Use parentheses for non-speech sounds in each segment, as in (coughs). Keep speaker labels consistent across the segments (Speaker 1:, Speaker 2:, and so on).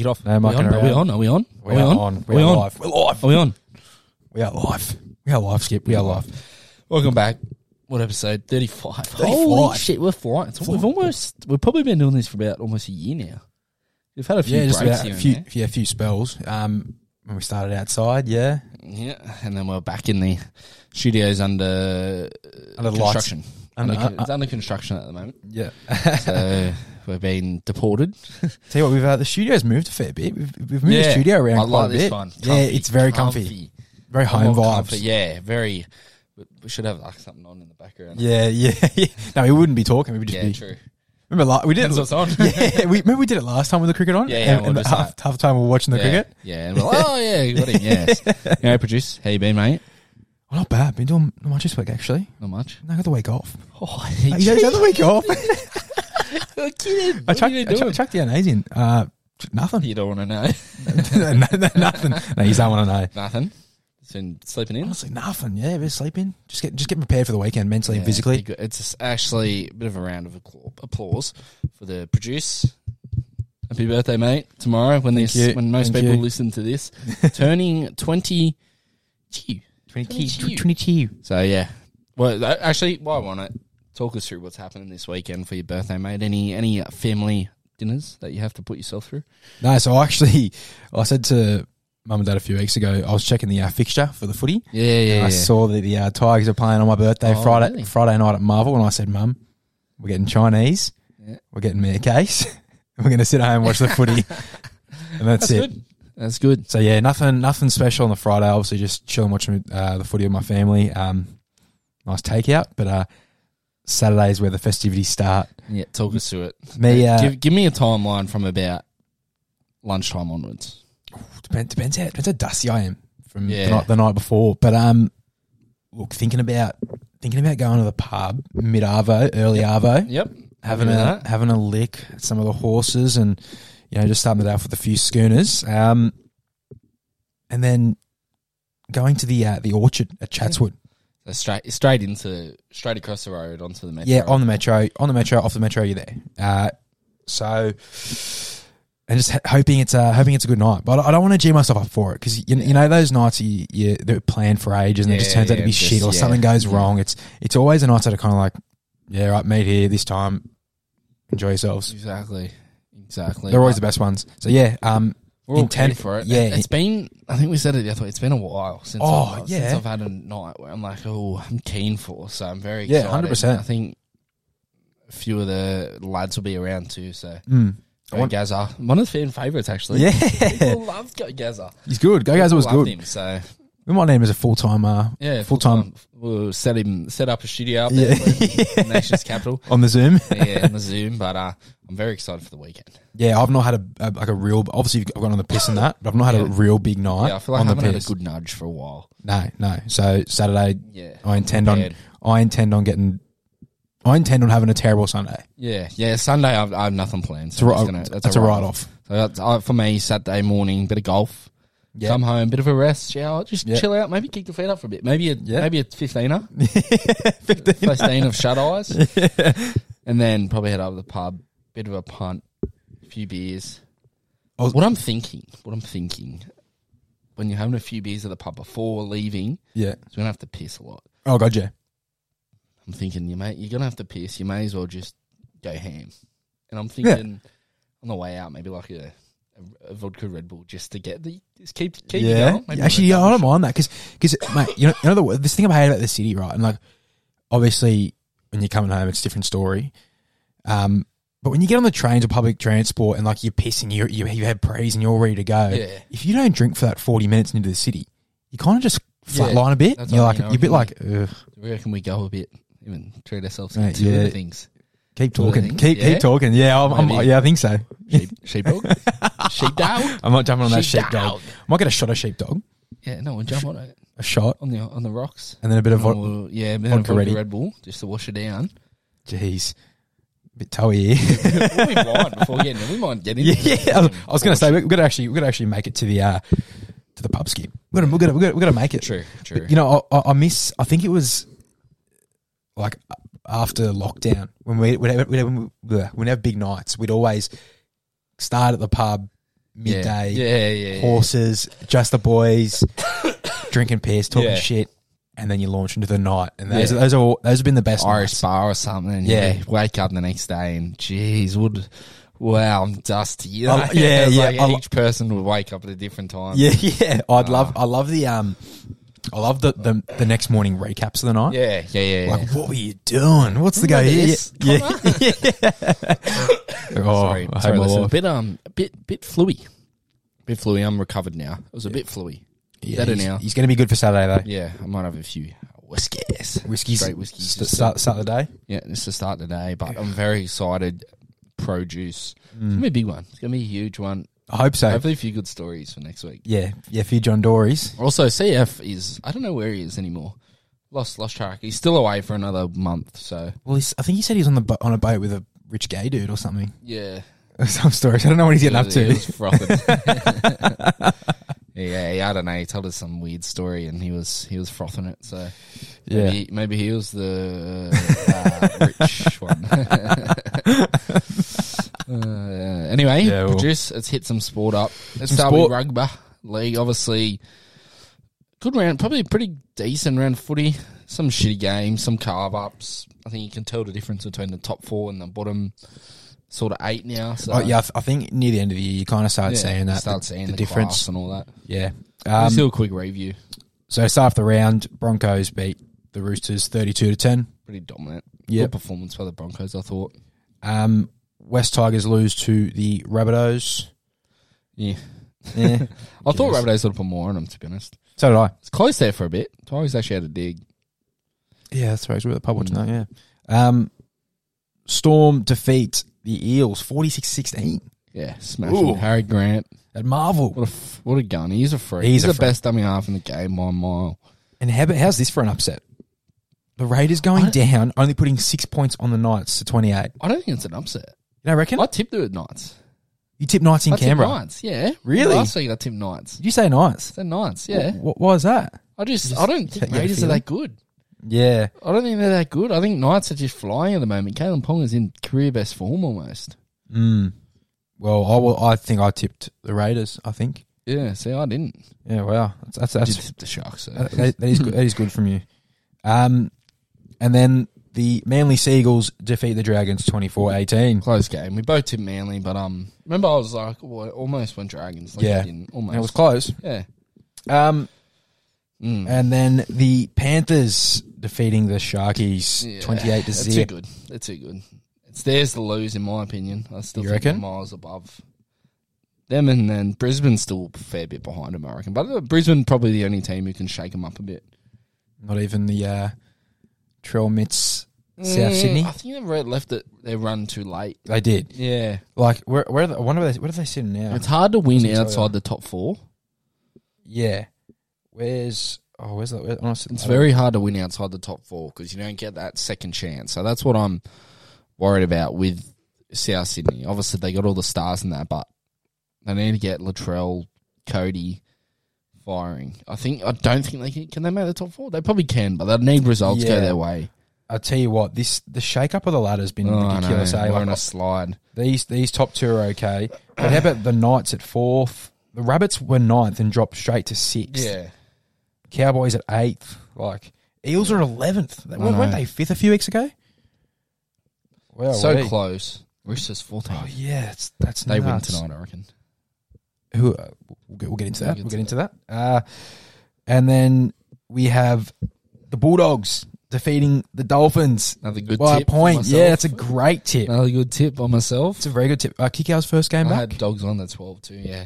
Speaker 1: Get off.
Speaker 2: No
Speaker 3: We
Speaker 2: mucking
Speaker 3: on, bro.
Speaker 2: around.
Speaker 3: we on? Are we on?
Speaker 2: We
Speaker 3: are we
Speaker 2: are
Speaker 3: on?
Speaker 2: on.
Speaker 3: Are
Speaker 2: We
Speaker 3: we
Speaker 2: are
Speaker 3: on?
Speaker 2: live. We're live.
Speaker 3: Are we on?
Speaker 2: We are live. We are live, Skip. We are live.
Speaker 3: Welcome back. What episode? Thirty-five.
Speaker 2: 35.
Speaker 3: Holy shit, we're flying. It's- We've almost. We've probably been doing this for about almost a year now. We've had a few
Speaker 2: Yeah, just
Speaker 3: breaks
Speaker 2: about
Speaker 3: here
Speaker 2: a
Speaker 3: and
Speaker 2: few,
Speaker 3: there.
Speaker 2: yeah, a few spells. Um, when we started outside, yeah,
Speaker 3: Yeah, and then we're back in the studios under
Speaker 2: Under the lights.
Speaker 3: construction.
Speaker 2: Under-
Speaker 3: Under, con-
Speaker 2: uh, uh,
Speaker 3: it's under construction at the
Speaker 2: (laughs)
Speaker 3: moment.
Speaker 2: yeah.
Speaker 3: So we've been deported.
Speaker 2: Tell you what, we've uh, the studio's moved a fair bit. We've, we've moved the studio around
Speaker 3: I
Speaker 2: quite
Speaker 3: like
Speaker 2: a
Speaker 3: this
Speaker 2: bit.
Speaker 3: one.
Speaker 2: yeah, it's very comfy, very home
Speaker 3: More
Speaker 2: vibes.
Speaker 3: comfy, Yeah, very. we- We should have like something on in the background.
Speaker 2: Yeah, yeah, (laughs) yeah. No, we wouldn't be talking. We'd just
Speaker 3: yeah
Speaker 2: be.
Speaker 3: true.
Speaker 2: Remember, la- we did.
Speaker 3: Depends what's on.
Speaker 2: (laughs) yeah, we remember we did it last time with the cricket on.
Speaker 3: Yeah, yeah,
Speaker 2: and,
Speaker 3: we'll
Speaker 2: and
Speaker 3: just
Speaker 2: half, half the time we we're watching the
Speaker 3: yeah,
Speaker 2: cricket.
Speaker 3: Yeah, and we're like, oh yeah, (laughs) you got it. Yes. yeah, produce. How you been, mate?
Speaker 2: Well, Oh, not bad. Been doing not much this week actually.
Speaker 3: Not much.
Speaker 2: No, I got the week off.
Speaker 3: Oh, (laughs)
Speaker 2: You got the week off.
Speaker 3: I'm kidding.
Speaker 2: I
Speaker 3: What are
Speaker 2: chucked,
Speaker 3: you
Speaker 2: I
Speaker 3: doing?
Speaker 2: chucked, chucked the NAs in. Uh, nothing.
Speaker 3: you don't want to know
Speaker 2: no, no, nothing. No, you don't want to know.
Speaker 3: nothing. It's been sleeping in.
Speaker 2: Honestly, nothing. Yeah, just sleeping. Just get just get prepared for the weekend mentally
Speaker 3: Yeah,
Speaker 2: and physically.
Speaker 3: pretty good. It's just actually a bit of a round of accla- applause for the produce. Happy birthday, mate! Tomorrow, when this,
Speaker 2: you.
Speaker 3: when most
Speaker 2: Thank
Speaker 3: people
Speaker 2: you.
Speaker 3: listen to
Speaker 2: (laughs)
Speaker 3: this, turning twenty. Gee. 22. So yeah, well, tha- actually, why won't it? Talk us through what's happening this weekend for your birthday, mate. Any any uh, family dinners that you have to put yourself through?
Speaker 2: No, so I actually, I said to mum and dad a few weeks ago, I was checking the uh, fixture for the footy.
Speaker 3: Yeah, yeah,
Speaker 2: I saw that the uh, Tigers are playing on my birthday
Speaker 3: Oh,
Speaker 2: Friday
Speaker 3: really?
Speaker 2: Friday night at Marvel, and I said, Mum, we're getting Chinese,
Speaker 3: Yeah.
Speaker 2: we're getting meat case, (laughs) we're going to sit at home and watch the footy, and that's,
Speaker 3: That's
Speaker 2: it.
Speaker 3: good. That's good.
Speaker 2: So yeah, nothing nothing special on the Friday. Obviously, just chilling, watching uh, the footy with my family. Um, nice takeout, but uh, Saturday is where the festivities start.
Speaker 3: Yeah, talk us through it.
Speaker 2: Me, uh,
Speaker 3: give, give me a timeline from about lunchtime onwards.
Speaker 2: Depend, depends how depends how dusty I am from
Speaker 3: Yeah.
Speaker 2: the, night, the night before. But um, look, thinking about thinking about going to the pub mid arvo, early arvo,
Speaker 3: Yep.
Speaker 2: having a
Speaker 3: Happy with that.
Speaker 2: having a lick at some of the horses, and you know just starting it off with a few schooners. Um, and then going to the uh, the orchard at Chatswood.
Speaker 3: So straight straight into straight across the road onto the metro.
Speaker 2: Yeah, on the metro, on the metro, off the metro, you're there. Uh, so, and just h- hoping it's a, hoping it's a good night. But I I don't want to g myself up for it because you, you know those nights you, you they're planned for ages and it just
Speaker 3: Yeah,
Speaker 2: turns out to
Speaker 3: yeah,
Speaker 2: be
Speaker 3: just-
Speaker 2: shit or
Speaker 3: yeah.
Speaker 2: something goes
Speaker 3: Yeah.
Speaker 2: wrong. It's it's always the nights that are kind of like, yeah, right, meet here this time, enjoy yourselves.
Speaker 3: exactly, exactly.
Speaker 2: They're always the best ones. So yeah, um,
Speaker 3: We're all
Speaker 2: intent-
Speaker 3: intent for it.
Speaker 2: yeah.
Speaker 3: Yeah, it's been. I think we said it the other way. It's been a while since.
Speaker 2: Oh,
Speaker 3: I've,
Speaker 2: yeah.
Speaker 3: since I've had a night where I'm like, oh, I'm keen for. So I'm very
Speaker 2: Yeah,
Speaker 3: excited.
Speaker 2: 100%.
Speaker 3: I think a few of the lads will be around too. So
Speaker 2: mm, I
Speaker 3: go
Speaker 2: want-
Speaker 3: Gaza, one of the fan favorites actually.
Speaker 2: yeah, (laughs)
Speaker 3: People loved Go Gaza.
Speaker 2: he's good. Go guys, it was
Speaker 3: People loved
Speaker 2: good.
Speaker 3: Him, so
Speaker 2: We might name him as a full time. Uh,
Speaker 3: yeah, Um,
Speaker 2: Full time.
Speaker 3: We'll set him set up a studio up
Speaker 2: yeah,
Speaker 3: there in
Speaker 2: (laughs)
Speaker 3: the nation's capital.
Speaker 2: on the Zoom.
Speaker 3: Yeah, in the Zoom. But uh, I'm very excited for the weekend.
Speaker 2: Yeah, I've not had a, a like a real. Obviously, I've gone on the piss and that, but I've not had a
Speaker 3: Yeah.
Speaker 2: real big night.
Speaker 3: yeah, I feel like
Speaker 2: on
Speaker 3: I
Speaker 2: the
Speaker 3: haven't had a
Speaker 2: piss.
Speaker 3: good nudge for a while.
Speaker 2: No, no. So Saturday,
Speaker 3: Yeah,
Speaker 2: I intend on
Speaker 3: Prepared.
Speaker 2: I intend on getting. I intend on having a terrible Sunday.
Speaker 3: Yeah, yeah. Sunday, I've, I have nothing planned.
Speaker 2: It's a
Speaker 3: So
Speaker 2: right,
Speaker 3: I'm just gonna-
Speaker 2: that's a write off.
Speaker 3: So that's uh, for me Saturday morning, bit of golf.
Speaker 2: Yeah.
Speaker 3: Come home, bit of a rest, shower, just
Speaker 2: Yeah.
Speaker 3: chill out. Maybe kick the feet up for a bit. Maybe a
Speaker 2: Yeah.
Speaker 3: maybe a
Speaker 2: (laughs)
Speaker 3: fifteener, fifteen of shut eyes, and then probably head up to the pub, bit of a punt, a few beers.
Speaker 2: I was-
Speaker 3: what I'm thinking, what I'm thinking, when you're having a few beers at the pub before leaving,
Speaker 2: Yeah.
Speaker 3: you're gonna have to piss a lot.
Speaker 2: Oh god, yeah.
Speaker 3: I'm thinking you may you're gonna have to piss. You may as well just go ham. And I'm thinking on the way out, maybe like a, a, vodka Red Bull just to get the just keep keep you
Speaker 2: yeah.
Speaker 3: going. Maybe
Speaker 2: Actually,
Speaker 3: a
Speaker 2: yeah, I
Speaker 3: double
Speaker 2: don't mind that because because mate, you know, you know the, this thing I hate about the city, right? And like, obviously, when you're coming home, it's a different story. Um, but when you get on the trains or public transport and like you're pissing, you you you have praise and you're ready to go.
Speaker 3: shot. yeah.
Speaker 2: if you don't drink for that 40 minutes into the city, you kind of just
Speaker 3: Yeah,
Speaker 2: flatline a bit.
Speaker 3: that's
Speaker 2: You're
Speaker 3: what
Speaker 2: like,
Speaker 3: I mean, I
Speaker 2: you're a bit like,
Speaker 3: reckon
Speaker 2: Ugh,
Speaker 3: Where can we go a bit? Even treat ourselves
Speaker 2: Mate,
Speaker 3: to
Speaker 2: yeah.
Speaker 3: things.
Speaker 2: keep
Speaker 3: Well, I
Speaker 2: talking,
Speaker 3: think-
Speaker 2: keep
Speaker 3: yeah.
Speaker 2: keep talking. Yeah, I'm, I'm,
Speaker 3: Maybe.
Speaker 2: yeah, I think so. (laughs)
Speaker 3: Sheep, sheepdog, sheepdog.
Speaker 2: I'm not jumping on that
Speaker 3: Sheepdog.
Speaker 2: sheepdog. Might get a shot of sheepdog,
Speaker 3: Yeah, no, we'll jump on it
Speaker 2: a shot,
Speaker 3: on the on the rocks.
Speaker 2: and then a bit of vodka.
Speaker 3: Or, yeah, but then a
Speaker 2: vodka
Speaker 3: vodka
Speaker 2: ready.
Speaker 3: Red Bull just to wash it down.
Speaker 2: Jeez, a bit toey here.
Speaker 3: we'll be blind before getting in. We might get in.
Speaker 2: (laughs) yeah, yeah. I was, I was going to say we're going to actually we're going to actually make it to the uh, to the pub skip. We're going to we're going to we're going to make it.
Speaker 3: True, true.
Speaker 2: You know, I, I- I miss. I think it was like after lockdown when we whenever, whenever, whenever we have big nights, we'd always start at the pub, midday,
Speaker 3: Yeah, yeah, yeah.
Speaker 2: horses, just
Speaker 3: (coughs)
Speaker 2: the boys, drinking piss, talking
Speaker 3: Yeah.
Speaker 2: shit, and then you launch into the night. And those,
Speaker 3: Yeah.
Speaker 2: those are all, those have been the best.
Speaker 3: Irish
Speaker 2: nights.
Speaker 3: bar or something.
Speaker 2: Yeah.
Speaker 3: Yeah. Wake up the next day and geez, would wow, I'm dusty. You know?
Speaker 2: I-
Speaker 3: (laughs)
Speaker 2: yeah,
Speaker 3: It's
Speaker 2: yeah,
Speaker 3: like
Speaker 2: I li-
Speaker 3: each person would wake up at a different time.
Speaker 2: Yeah, (laughs) yeah. I'd love,
Speaker 3: Ah.
Speaker 2: I love the um, I love the the, the next morning recaps of the night.
Speaker 3: Yeah, yeah, yeah. yeah.
Speaker 2: Like, what were you doing? What's the go
Speaker 3: Remember
Speaker 2: here?
Speaker 3: this?
Speaker 2: Yeah, (laughs) yeah. oh,
Speaker 3: sorry, sorry,
Speaker 2: I hate my
Speaker 3: listen, a
Speaker 2: life.
Speaker 3: bit um, a bit bit fluey, bit fluey. I'm recovered now. It was a bit fluey.
Speaker 2: Yeah,
Speaker 3: Better
Speaker 2: he's,
Speaker 3: now.
Speaker 2: He's going to be good for Saturday though.
Speaker 3: Yeah, I might have a few whiskies.
Speaker 2: Whiskey's
Speaker 3: Straight whiskies.
Speaker 2: st- start, start the day.
Speaker 3: Yeah, it's the start today, but I'm very excited. Produce. It's gonna be a big one. It's gonna be a huge one.
Speaker 2: I hope so.
Speaker 3: Hopefully, a few good stories for next week.
Speaker 2: Yeah, yeah. For you, John Dory's.
Speaker 3: Also, CF is I don't know where he is anymore. Lost lost track. He's still away for another month. So
Speaker 2: Well, he's, I think he said he's on the bo- on a boat with a rich gay dude or something. (laughs)
Speaker 3: yeah,
Speaker 2: Some stories. I don't know what he's getting
Speaker 3: He
Speaker 2: up
Speaker 3: was- he
Speaker 2: to.
Speaker 3: was frothing. (laughs) yeah, yeah, I don't know. He told us some weird story, and he was he was frothing it. So
Speaker 2: (laughs) Yeah.
Speaker 3: maybe, maybe he was the uh, rich one.
Speaker 2: (laughs)
Speaker 3: (laughs) uh, anyway,
Speaker 2: Yeah, well.
Speaker 3: produce. Let's hit some sport up. Let's
Speaker 2: Some
Speaker 3: start
Speaker 2: sport.
Speaker 3: with rugby league. Obviously, good round. Probably pretty decent round of footy. Some shitty games, some carve ups. I think you can tell the difference between the top four and the bottom sort of eight now. So
Speaker 2: Oh, yeah, I, th- I think near the end of the year you kind of start seeing that.
Speaker 3: Start
Speaker 2: the,
Speaker 3: seeing
Speaker 2: the,
Speaker 3: the,
Speaker 2: difference.
Speaker 3: class and all that.
Speaker 2: Yeah.
Speaker 3: Let's
Speaker 2: Um,
Speaker 3: do a quick review.
Speaker 2: so start off the round. Broncos beat the Roosters thirty-two to ten.
Speaker 3: Pretty dominant.
Speaker 2: Yeah.
Speaker 3: Good performance by the Broncos, I thought.
Speaker 2: Um, West Tigers lose to the Rabbitohs.
Speaker 3: Yeah.
Speaker 2: (laughs) Yeah.
Speaker 3: I thought
Speaker 2: Yes.
Speaker 3: Rabbitohs would have put more on them, to be honest.
Speaker 2: so did I.
Speaker 3: It's close there for a bit. Tigers actually had a dig.
Speaker 2: Yeah, that's right. We were at the pub watching
Speaker 3: Mm.
Speaker 2: that. Yeah. Um, Storm defeat the Eels 46-16
Speaker 3: Yeah, smashing.
Speaker 2: Ooh.
Speaker 3: Harry Grant.
Speaker 2: at Marvel.
Speaker 3: What a, f- what a gun. He's a freak.
Speaker 2: He's
Speaker 3: He's,
Speaker 2: a
Speaker 3: the
Speaker 2: freak.
Speaker 3: best dummy half in the game by a mile.
Speaker 2: And how, about- how's this for an upset? The Raiders going down, only putting six points on the Knights to twenty-eight.
Speaker 3: I don't think it's an upset.
Speaker 2: You know, reckon
Speaker 3: I tipped it at Knights.
Speaker 2: you tip Knights in
Speaker 3: I tipped
Speaker 2: Canberra.
Speaker 3: Knights, yeah.
Speaker 2: Really?
Speaker 3: Last week I tipped Knights.
Speaker 2: Did you say Knights?
Speaker 3: So Knights, yeah.
Speaker 2: What, what was that?
Speaker 3: I just, I don't think
Speaker 2: you had a
Speaker 3: Raiders are
Speaker 2: feeling?
Speaker 3: that good.
Speaker 2: Yeah.
Speaker 3: I don't think they're that good. I think Knights are just flying at the moment. Kalen Pong is in career best form almost.
Speaker 2: Mm. Well, I will, I think I tipped the Raiders. I think.
Speaker 3: Yeah, see, I didn't.
Speaker 2: Yeah. Wow. That's
Speaker 3: I
Speaker 2: that's, Uh,
Speaker 3: did
Speaker 2: that's
Speaker 3: tip the Sharks. So.
Speaker 2: that, that is good, that is good from you. Um, and then the Manly Seagulls defeat the Dragons 24-18.
Speaker 3: close game. We both tipped Manly, but um, remember I was like, oh, I almost went Dragons. Like,
Speaker 2: Yeah.
Speaker 3: I didn't, almost.
Speaker 2: It was close.
Speaker 3: yeah.
Speaker 2: Um,
Speaker 3: Mm.
Speaker 2: and then the Panthers defeating the Sharkies
Speaker 3: Yeah.
Speaker 2: 28 to
Speaker 3: That's too
Speaker 2: 0.
Speaker 3: good. That's too good. It's theirs to lose, in my opinion. I still
Speaker 2: You
Speaker 3: think
Speaker 2: reckon?
Speaker 3: they're miles above them, and then Brisbane's still a fair bit behind them. I reckon, but uh, Brisbane probably the only team who can shake them up a bit.
Speaker 2: Not even the uh, Trail Mitts South
Speaker 3: Mm,
Speaker 2: Sydney.
Speaker 3: I think they've re- left it their run too late.
Speaker 2: They did.
Speaker 3: Yeah,
Speaker 2: Like where where are they, I wonder where they, where are they sitting now?
Speaker 3: It's hard to win
Speaker 2: Doesn't tell you.
Speaker 3: outside the top four.
Speaker 2: yeah. Where's oh where's that? Where, honestly,
Speaker 3: It's
Speaker 2: I don't-
Speaker 3: very hard to win outside the top four because you don't get that second chance. So that's what I'm worried about with South Sydney. Obviously, they got all the stars in that, but they need to get Latrell, Cody firing. I think I don't think they can. Can they make the top four? They probably can, but they need results
Speaker 2: Yeah.
Speaker 3: go their way.
Speaker 2: I'll tell you what, this the shake up of the ladder has been
Speaker 3: Oh, I
Speaker 2: ridiculous.
Speaker 3: know.
Speaker 2: eh?
Speaker 3: We're
Speaker 2: Like,
Speaker 3: on a slide.
Speaker 2: these these top two are okay, but how about the Knights at fourth? The Rabbits were ninth and dropped straight to sixth. Cowboys at eighth. Like Eels are eleventh. Weren't, weren't
Speaker 3: know.
Speaker 2: they fifth a few weeks ago? Well,
Speaker 3: so
Speaker 2: we-
Speaker 3: close. Roosters fourteen.
Speaker 2: Oh yeah, it's, that's
Speaker 3: they
Speaker 2: nuts.
Speaker 3: win tonight, I reckon.
Speaker 2: Who uh, we'll, get, we'll get into that.
Speaker 3: We'll
Speaker 2: We'll
Speaker 3: get
Speaker 2: get into that. Uh, and then we have the Bulldogs defeating the Dolphins
Speaker 3: Another good
Speaker 2: by a
Speaker 3: tip for
Speaker 2: point.
Speaker 3: myself.
Speaker 2: Yeah, that's a great tip.
Speaker 3: Another good tip by myself.
Speaker 2: It's a very good tip. Uh, Kikau's first game
Speaker 3: I
Speaker 2: back.
Speaker 3: had dogs on the twelve too. Yeah,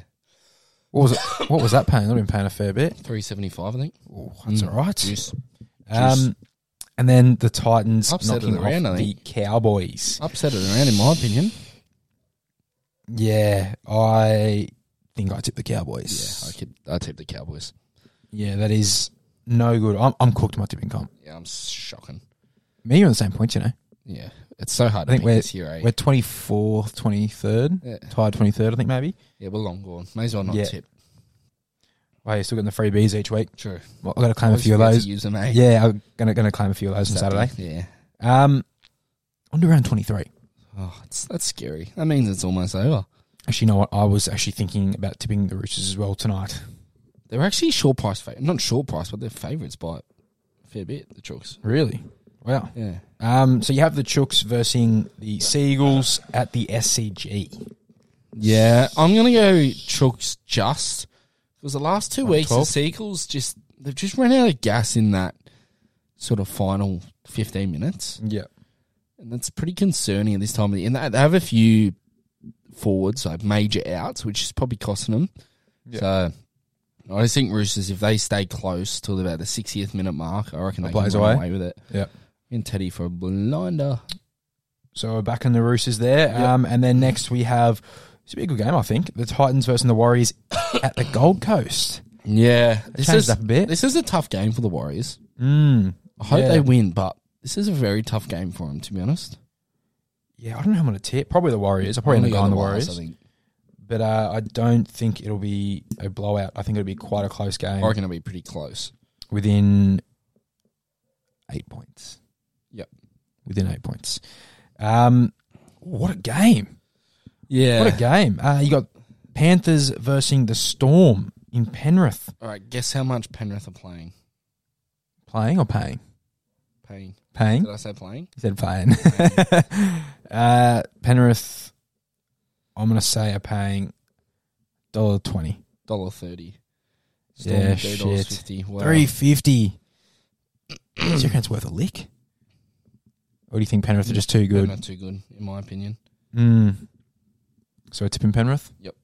Speaker 2: What was it? What was that paying? I've been paying a fair bit.
Speaker 3: three seventy five. I think.
Speaker 2: Ooh, that's
Speaker 3: Mm.
Speaker 2: all right.
Speaker 3: Juice.
Speaker 2: Um, and then the Titans
Speaker 3: Upset of
Speaker 2: knocking
Speaker 3: the round,
Speaker 2: off
Speaker 3: I
Speaker 2: the
Speaker 3: think.
Speaker 2: Cowboys.
Speaker 3: upset it around, in my opinion.
Speaker 2: Yeah, I think I tipped the Cowboys.
Speaker 3: I could. I tipped the Cowboys.
Speaker 2: Yeah, that is no good. I'm, I'm cooked in my tipping comp.
Speaker 3: Yeah, I'm shocking.
Speaker 2: Me, you're on the same point, you know.
Speaker 3: Yeah, it's so hard.
Speaker 2: I
Speaker 3: to
Speaker 2: think
Speaker 3: pick
Speaker 2: we're,
Speaker 3: this year, eh?
Speaker 2: we're 24th, 23rd,
Speaker 3: yeah.
Speaker 2: tied 23rd, I think maybe.
Speaker 3: yeah, we're long gone. May as well not
Speaker 2: Yeah.
Speaker 3: tip.
Speaker 2: Wow, you're Oh, still getting the freebies each week.
Speaker 3: True.
Speaker 2: Well, I've got to claim a
Speaker 3: Always
Speaker 2: few of
Speaker 3: forget to
Speaker 2: those.
Speaker 3: Use them, eh?
Speaker 2: Yeah, I'm going to gonna claim a few of those on Saturday.
Speaker 3: Yeah.
Speaker 2: Um, on to round 23.
Speaker 3: Oh, it's, that's scary. That means it's almost over.
Speaker 2: Actually, you know what? I was actually thinking about tipping the Roosters as well tonight.
Speaker 3: They're actually short price, fa- not short price, but they're favourites by a fair bit. The Chooks.
Speaker 2: Really? Wow.
Speaker 3: Yeah.
Speaker 2: Um, so you have the Chooks versus the Seagulls at the SCG.
Speaker 3: Yeah, I'm gonna go Chooks just because the last two
Speaker 2: Like
Speaker 3: weeks
Speaker 2: 12?
Speaker 3: the Seagulls just they've just run out of gas in that sort of final 15 minutes,
Speaker 2: Yeah.
Speaker 3: and that's pretty concerning at this time of the year. And they they have a few forwards, like major outs, which is probably costing them.
Speaker 2: Yeah.
Speaker 3: So I just think Roosters, if they stay close till about the 60th minute mark, I reckon they can
Speaker 2: Blaze
Speaker 3: run
Speaker 2: away.
Speaker 3: away with it.
Speaker 2: Yeah.
Speaker 3: And Teddy for a blinder.
Speaker 2: So we're back in the Roosters there. Um, and then next we have, it's a big good game, I think. The Titans versus the Warriors (coughs) at the Gold Coast.
Speaker 3: Yeah, this
Speaker 2: changed
Speaker 3: is
Speaker 2: up a bit.
Speaker 3: This is a tough game for the Warriors.
Speaker 2: Mm.
Speaker 3: I hope
Speaker 2: Yeah.
Speaker 3: they win, but this is a very tough game for them, to be honest.
Speaker 2: Yeah, I don't know how I'm going to tip. Probably the Warriors. I'll probably end up
Speaker 3: Only
Speaker 2: going the
Speaker 3: otherwise,
Speaker 2: Warriors.
Speaker 3: I, think.
Speaker 2: But uh, I don't think it'll be a blowout. I think it'll be quite a close game
Speaker 3: I reckon it'll be pretty close.
Speaker 2: within eight points.
Speaker 3: Yep.
Speaker 2: Within eight points. Um, what a game.
Speaker 3: Yeah.
Speaker 2: What a game. Uh, you got Panthers versus the Storm in Penrith.
Speaker 3: All right, guess how much Penrith are playing?
Speaker 2: Playing or paying?
Speaker 3: Paying.
Speaker 2: Paying.
Speaker 3: Did I say playing?
Speaker 2: He said paying. (laughs) uh, Penrith, I'm going to say are paying $1.20.
Speaker 3: Dollar thirty.
Speaker 2: Yeah, shit.
Speaker 3: fifty. Wow.
Speaker 2: Three fifty. Do you reckon it's worth a lick? Or do you think Penrith are just too
Speaker 3: They're
Speaker 2: good?
Speaker 3: Not too good, in my opinion.
Speaker 2: Mm. So a tip in Penrith.
Speaker 3: Yep.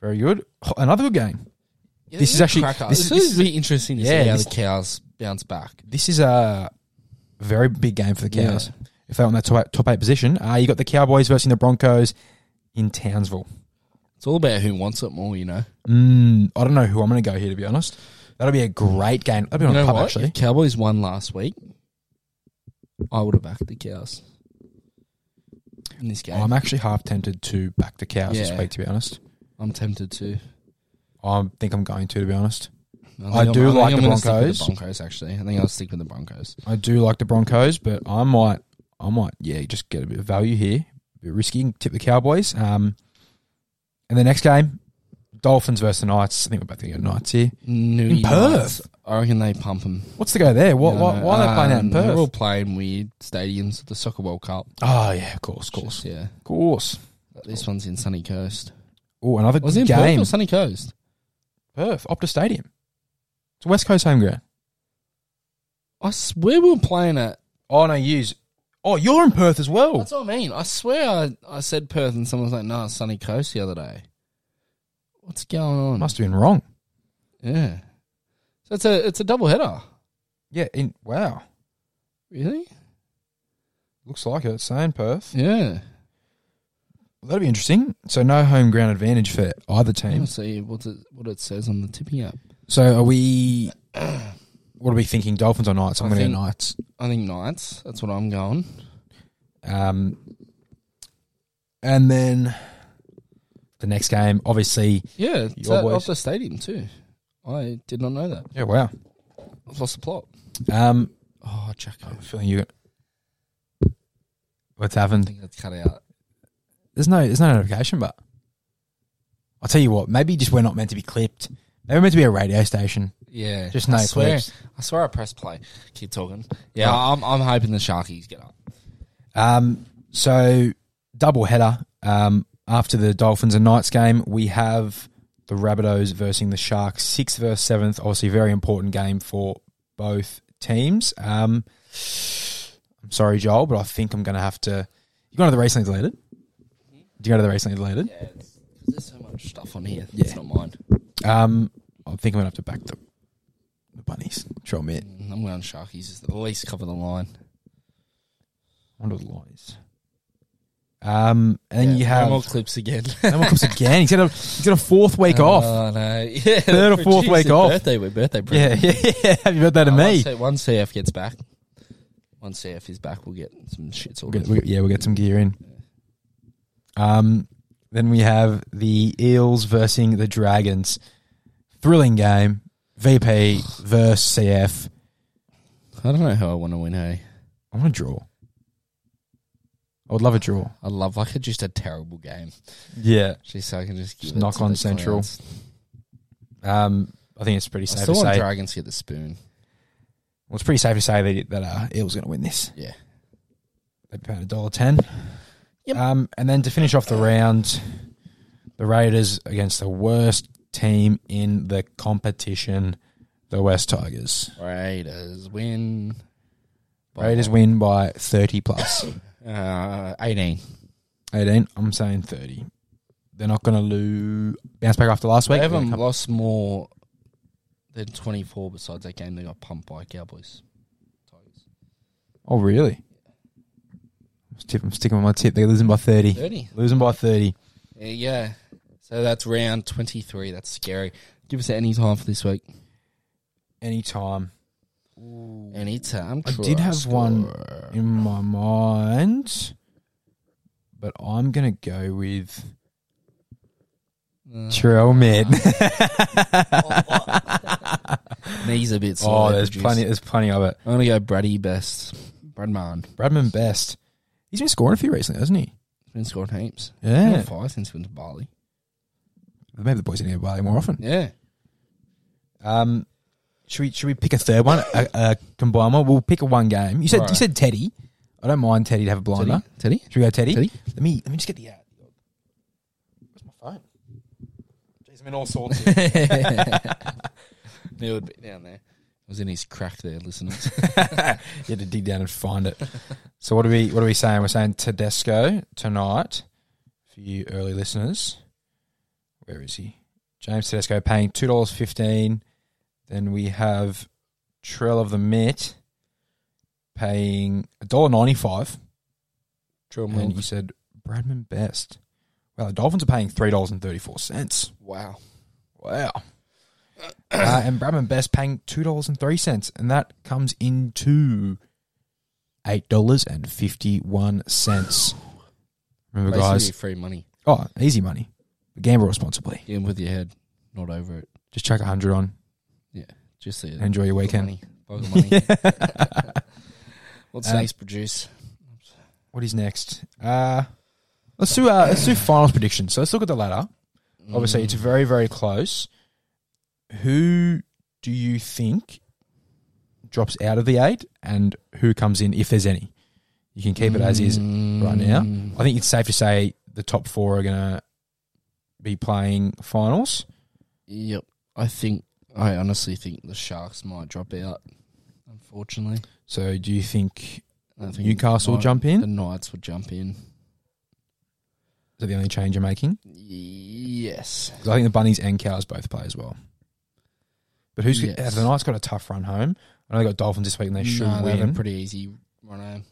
Speaker 2: Very good. Oh, Another good game.
Speaker 3: Yeah,
Speaker 2: This is
Speaker 3: a
Speaker 2: actually-
Speaker 3: cracker.
Speaker 2: this
Speaker 3: This,
Speaker 2: is-
Speaker 3: is, really interesting to
Speaker 2: yeah,
Speaker 3: see how
Speaker 2: this-
Speaker 3: the cows bounce back.
Speaker 2: This is a very big game for the
Speaker 3: Yeah.
Speaker 2: Cows. If they want that top eight, top eight position, uh, you got the Cowboys versus the Broncos in Townsville.
Speaker 3: It's all about who wants it more, you know.
Speaker 2: Mm, I don't know who I'm going to go here to be honest. That'll be a great game. That'll be on
Speaker 3: You
Speaker 2: a
Speaker 3: know
Speaker 2: pub
Speaker 3: what?
Speaker 2: actually.
Speaker 3: If Cowboys won last week, I would have backed the cows in this game.
Speaker 2: Oh, I'm actually half tempted to back the Cows this
Speaker 3: Yeah.
Speaker 2: week. To be honest,
Speaker 3: I'm tempted to.
Speaker 2: I think I'm going to. To be honest.
Speaker 3: think
Speaker 2: I
Speaker 3: I'm-
Speaker 2: do
Speaker 3: think
Speaker 2: like
Speaker 3: I'm
Speaker 2: the
Speaker 3: gonna stick with
Speaker 2: Broncos.
Speaker 3: The Broncos, actually, I think I'll stick with the Broncos.
Speaker 2: I do like the Broncos, but I might, I might, yeah, just get a bit of value here. A bit risky. Tip the Cowboys. Um, and the next game, Dolphins versus the Knights. I think we're both going to go Knights here.
Speaker 3: New
Speaker 2: In Perth?
Speaker 3: I reckon they pump them.
Speaker 2: What's the go there? What, why why are they playing out in
Speaker 3: um, They're all
Speaker 2: Perth?
Speaker 3: playing weird stadiums. The Soccer World Cup,
Speaker 2: Oh yeah, of course, of course,
Speaker 3: Just, yeah.
Speaker 2: of course.
Speaker 3: This one's in Sunny Coast.
Speaker 2: Oh, another
Speaker 3: Was
Speaker 2: good
Speaker 3: it in Perth
Speaker 2: game.
Speaker 3: or Sunny Coast?
Speaker 2: Perth, Optus Stadium. It's West Coast home ground.
Speaker 3: I swear we were playing it.
Speaker 2: Oh no, use. Oh, you're in Perth as well.
Speaker 3: That's what I mean. I swear I, I said Perth and someone was like, no, it's Sunny Coast the other day. What's going on?
Speaker 2: Must have been wrong.
Speaker 3: Yeah. So it's a it's a double header.
Speaker 2: Yeah. In wow,
Speaker 3: Really?
Speaker 2: looks like it. Saying Perth.
Speaker 3: Yeah.
Speaker 2: That'll be interesting. So no home ground advantage for either
Speaker 3: I
Speaker 2: team.
Speaker 3: want to see what it, what it says on the tipping app.
Speaker 2: So are we? What are we thinking? Dolphins or Knights? I'm
Speaker 3: I
Speaker 2: going to go
Speaker 3: think-
Speaker 2: Knights.
Speaker 3: I think Knights. That's what I'm going.
Speaker 2: Um, and then the next game, obviously.
Speaker 3: Yeah, it's
Speaker 2: Your
Speaker 3: at,
Speaker 2: boys.
Speaker 3: off the stadium too. I did not know that.
Speaker 2: Yeah, wow.
Speaker 3: I've lost the plot.
Speaker 2: Um,
Speaker 3: Oh, Jacko.
Speaker 2: I'm feeling you. What's
Speaker 3: I
Speaker 2: happened?
Speaker 3: think that's cut out.
Speaker 2: There's no, there's no notification, but I'll tell you what. Maybe just we're not meant to be clipped. They were meant to be a radio station.
Speaker 3: Yeah,
Speaker 2: Just no
Speaker 3: I swear,
Speaker 2: clips.
Speaker 3: I swear, I pressed play. Keep talking. Yeah, I'm, I'm hoping the Sharkies get up.
Speaker 2: Um, so double header. Um, after the Dolphins and Knights game, we have the Rabbitohs versus the Sharks, sixth versus seventh. Obviously, very important game for both teams. Um, I'm sorry, Joel, but I think I'm going to have to. You going to the recently deleted? Do you go to the recently deleted?
Speaker 3: Yeah, it's, there's so much stuff on here.
Speaker 2: Yeah.
Speaker 3: It's not mine.
Speaker 2: Um, I think I'm going to have to back the the bunnies. Troll me.
Speaker 3: Mm, I'm going Sharkies. Just at least cover the line.
Speaker 2: Under the lines. Um, and then you have
Speaker 3: no more clips (laughs) again.
Speaker 2: no more clips again. He's got a he's got a fourth week off.
Speaker 3: Oh no! (laughs) Yeah,
Speaker 2: Third or fourth
Speaker 3: Jeez,
Speaker 2: week
Speaker 3: the
Speaker 2: off.
Speaker 3: Birthday, we're birthday. present.
Speaker 2: Yeah, (laughs) yeah, yeah. Happy birthday to
Speaker 3: Uh,
Speaker 2: me.
Speaker 3: Once, once CF gets back, once CF is back, we'll get some shit
Speaker 2: We'll get,
Speaker 3: sorted.
Speaker 2: we'll get- yeah, we'll get some gear in. Um, then we have the Eels versus the Dragons. Thrilling game. VP versus CF.
Speaker 3: I don't know how I want to win. Hey,
Speaker 2: I want to draw. I would love a draw.
Speaker 3: I love like a, just a terrible game.
Speaker 2: Yeah.
Speaker 3: She's so I can just, give
Speaker 2: Just
Speaker 3: it
Speaker 2: knock
Speaker 3: to
Speaker 2: on
Speaker 3: the
Speaker 2: Central.
Speaker 3: Clowns.
Speaker 2: Um, I think it's pretty
Speaker 3: I
Speaker 2: safe to
Speaker 3: still want
Speaker 2: say. Well,
Speaker 3: Dragons to get the spoon.
Speaker 2: it's pretty safe to say that that uh, Eels going to win this.
Speaker 3: Yeah.
Speaker 2: They paid a dollar ten.
Speaker 3: Yep.
Speaker 2: Um, and then to finish off the round, the Raiders against the worst team in the competition, the West Tigers.
Speaker 3: Raiders win. by-
Speaker 2: Raiders win by
Speaker 3: (coughs)
Speaker 2: thirty plus.
Speaker 3: Uh, 18.
Speaker 2: 18. I'm saying 30. They're not going to lose. Bounce back after last week.
Speaker 3: they haven't
Speaker 2: They're gonna
Speaker 3: lost more than 24 besides that game they got pumped by Cowboys. Tigers.
Speaker 2: come- Oh, really? I'm stick- I'm sticking with my tip. They're losing by 30.
Speaker 3: 30.
Speaker 2: Losing by 30.
Speaker 3: Uh, Yeah. So that's round 23. That's scary. Give us any time for this week.
Speaker 2: Anytime.
Speaker 3: Any time.
Speaker 2: I did have one in my mind, but I'm going to go with
Speaker 3: Uh,
Speaker 2: Terrell Mitt.
Speaker 3: knees a bit slow.
Speaker 2: (laughs) oh, there's plenty, there's plenty of it.
Speaker 3: I'm going to go Brady best. Bradman.
Speaker 2: Bradman Best. He's been scoring a few recently, hasn't he?
Speaker 3: Been scoring heaps.
Speaker 2: Yeah.
Speaker 3: Five since we went to Bali.
Speaker 2: Maybe the boys need to buy more often.
Speaker 3: Yeah.
Speaker 2: Um, should we should we pick a third one? A, a combine one. We'll pick a one game. You said you
Speaker 3: Right.
Speaker 2: said Teddy. I don't mind Teddy to have a blinder.
Speaker 3: Teddy?
Speaker 2: (laughs)
Speaker 3: Teddy? (laughs)
Speaker 2: Should we go Teddy?
Speaker 3: Teddy?
Speaker 2: Let me let me just get the. Uh, where's my phone? Jeez, I'm in all sorts. here.
Speaker 3: It would be down there. It was in his crack there,
Speaker 2: (laughs)
Speaker 3: listeners.
Speaker 2: you had to dig down and find it. So what are we what are we saying? We're saying Tedesco tonight for you early listeners. Where is he? James Tedesco paying two dollars fifteen. Then we have Trell of the Met paying a dollar ninety five.
Speaker 3: Drill
Speaker 2: And you
Speaker 3: Mills.
Speaker 2: said Bradman Best. Well, the Dolphins are paying three dollars and thirty four cents.
Speaker 3: Wow.
Speaker 2: Wow. (clears throat) uh, and Bradman Best paying two dollars and three cents, and that comes into eight dollars and fifty one cents. Remember,
Speaker 3: Basically
Speaker 2: guys.
Speaker 3: free money.
Speaker 2: Oh, easy money. Gamble responsibly.
Speaker 3: Get in with your head, not over it.
Speaker 2: Just chuck a hundred on
Speaker 3: Just
Speaker 2: and enjoy your weekend.
Speaker 3: Money. Bug of money. What's
Speaker 2: Uh,
Speaker 3: next, produce?
Speaker 2: (laughs) What is next? Uh, let's do uh, let's do finals predictions. So let's look at the ladder. Obviously, it's very, very close. Who do you think drops out of the eight and who comes in, if there's any? You can keep it as is.
Speaker 3: Mm. Mm-hmm.
Speaker 2: right now. I think it's safe to say the top four are going to be playing finals.
Speaker 3: Yep. I think, I honestly think the Sharks might drop out, unfortunately.
Speaker 2: So, do you think
Speaker 3: I think
Speaker 2: Newcastle
Speaker 3: Knight-
Speaker 2: jump in?
Speaker 3: The Knights would jump in.
Speaker 2: Is that the only change you're making?
Speaker 3: Yes.
Speaker 2: 'Cause I think the Bunnies and Cows both play as well. But who's
Speaker 3: Yes.
Speaker 2: have the Knights got a tough run home? I know they got Dolphins this week and they should
Speaker 3: Nah, they had a
Speaker 2: win.
Speaker 3: pretty easy run home.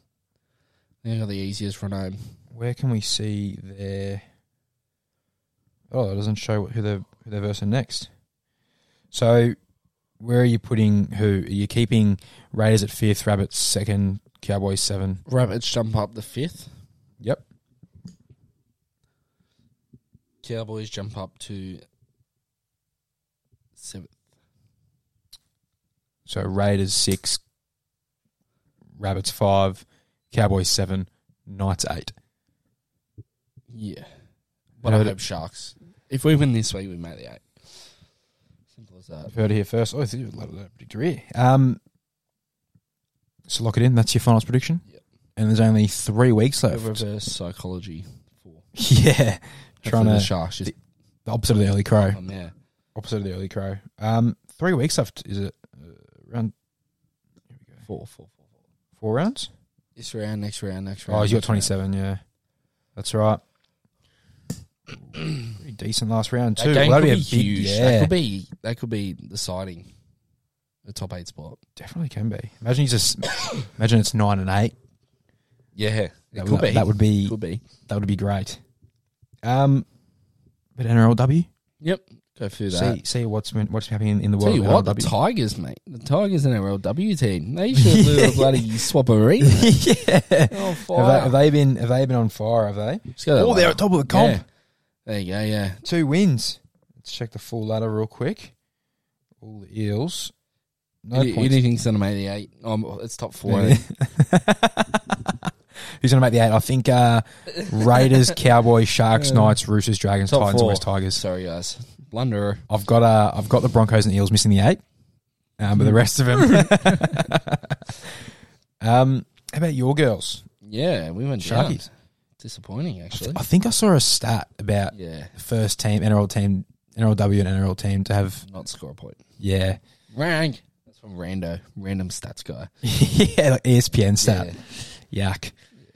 Speaker 3: They got the easiest eh? run home.
Speaker 2: Where can we see their? Oh, it doesn't show what- who they're who they're versing next. So, where are you putting who? Are you keeping Raiders at fifth, Rabbits second, Cowboys seven?
Speaker 3: Rabbits jump up the fifth.
Speaker 2: Yep.
Speaker 3: Cowboys jump up to seventh.
Speaker 2: So Raiders six, Rabbits five, Cowboys seven, Knights eight.
Speaker 3: Yeah. But
Speaker 2: How
Speaker 3: I
Speaker 2: would
Speaker 3: hope Sharks. If we win this week, we make the eight. Simple as that.
Speaker 2: I've heard it here first. Oh, this is a lot of predictor here. Um, so lock it in. That's your finals prediction.
Speaker 3: Yep.
Speaker 2: And there's only three weeks left.
Speaker 3: Reverse psychology. Four.
Speaker 2: (laughs) yeah. Trying
Speaker 3: Hopefully the
Speaker 2: to
Speaker 3: Sharks just
Speaker 2: the opposite of the early crow.
Speaker 3: come there.
Speaker 2: Opposite of the early crow. Um, three weeks left. Is it uh, round
Speaker 3: Four, four, four, four.
Speaker 2: four rounds?
Speaker 3: This round, next round, next round.
Speaker 2: Oh, you
Speaker 3: next
Speaker 2: got
Speaker 3: round.
Speaker 2: twenty-seven. Yeah, that's
Speaker 3: (clears throat)
Speaker 2: right. Pretty decent last round
Speaker 3: That
Speaker 2: too.
Speaker 3: game
Speaker 2: Well,
Speaker 3: could
Speaker 2: that'd
Speaker 3: be,
Speaker 2: be a big-
Speaker 3: huge. That
Speaker 2: yeah.
Speaker 3: could be that could be deciding the top eight spot.
Speaker 2: Definitely can be. Imagine you just (coughs) imagine it's nine and eight.
Speaker 3: Yeah, it
Speaker 2: That,
Speaker 3: could
Speaker 2: would,
Speaker 3: be.
Speaker 2: that would be
Speaker 3: could be.
Speaker 2: that would be great. Um, but NRLW,
Speaker 3: Yep, go through that.
Speaker 2: see see what's been- what's happening in, in the
Speaker 3: Tell
Speaker 2: world.
Speaker 3: you
Speaker 2: of
Speaker 3: what, the
Speaker 2: NRLW.
Speaker 3: Tigers, mate. The Tigers and LW team. They should do
Speaker 2: (laughs)
Speaker 3: a bloody swapperoo.
Speaker 2: yeah.
Speaker 3: Oh,
Speaker 2: Have they,
Speaker 3: fire.
Speaker 2: have they been have they been on fire? Have they?
Speaker 3: Just go that
Speaker 2: oh, they're
Speaker 3: way.
Speaker 2: at top of the comp.
Speaker 3: Yeah. There you go, yeah.
Speaker 2: Two wins. Let's check the full ladder real quick. All the eels. No
Speaker 3: Any-
Speaker 2: points. (laughs)
Speaker 3: anything's going to make the eight. Um, it's top four. I think.
Speaker 2: Who Who's going to make the eight? I think uh,
Speaker 3: (laughs)
Speaker 2: Raiders, Cowboys, Sharks, Knights, Roosters, Dragons,
Speaker 3: Top
Speaker 2: Titans,
Speaker 3: four.
Speaker 2: and West Tigers.
Speaker 3: Sorry, guys. Blunderer.
Speaker 2: I've got uh, I've got the Broncos and Eels missing the eight, um, but the rest of them.
Speaker 3: (laughs)
Speaker 2: um, how about your girls?
Speaker 3: Yeah, we went down.
Speaker 2: Sharkies.
Speaker 3: Disappointing, actually.
Speaker 2: I think I saw a stat about
Speaker 3: Yeah,
Speaker 2: the first team NRL team, NRLW and NRL team to have
Speaker 3: not score a point.
Speaker 2: yeah, (laughs)
Speaker 3: Rank. That's from Rando, random stats guy.
Speaker 2: yeah, like E ESPN stat. Yuck.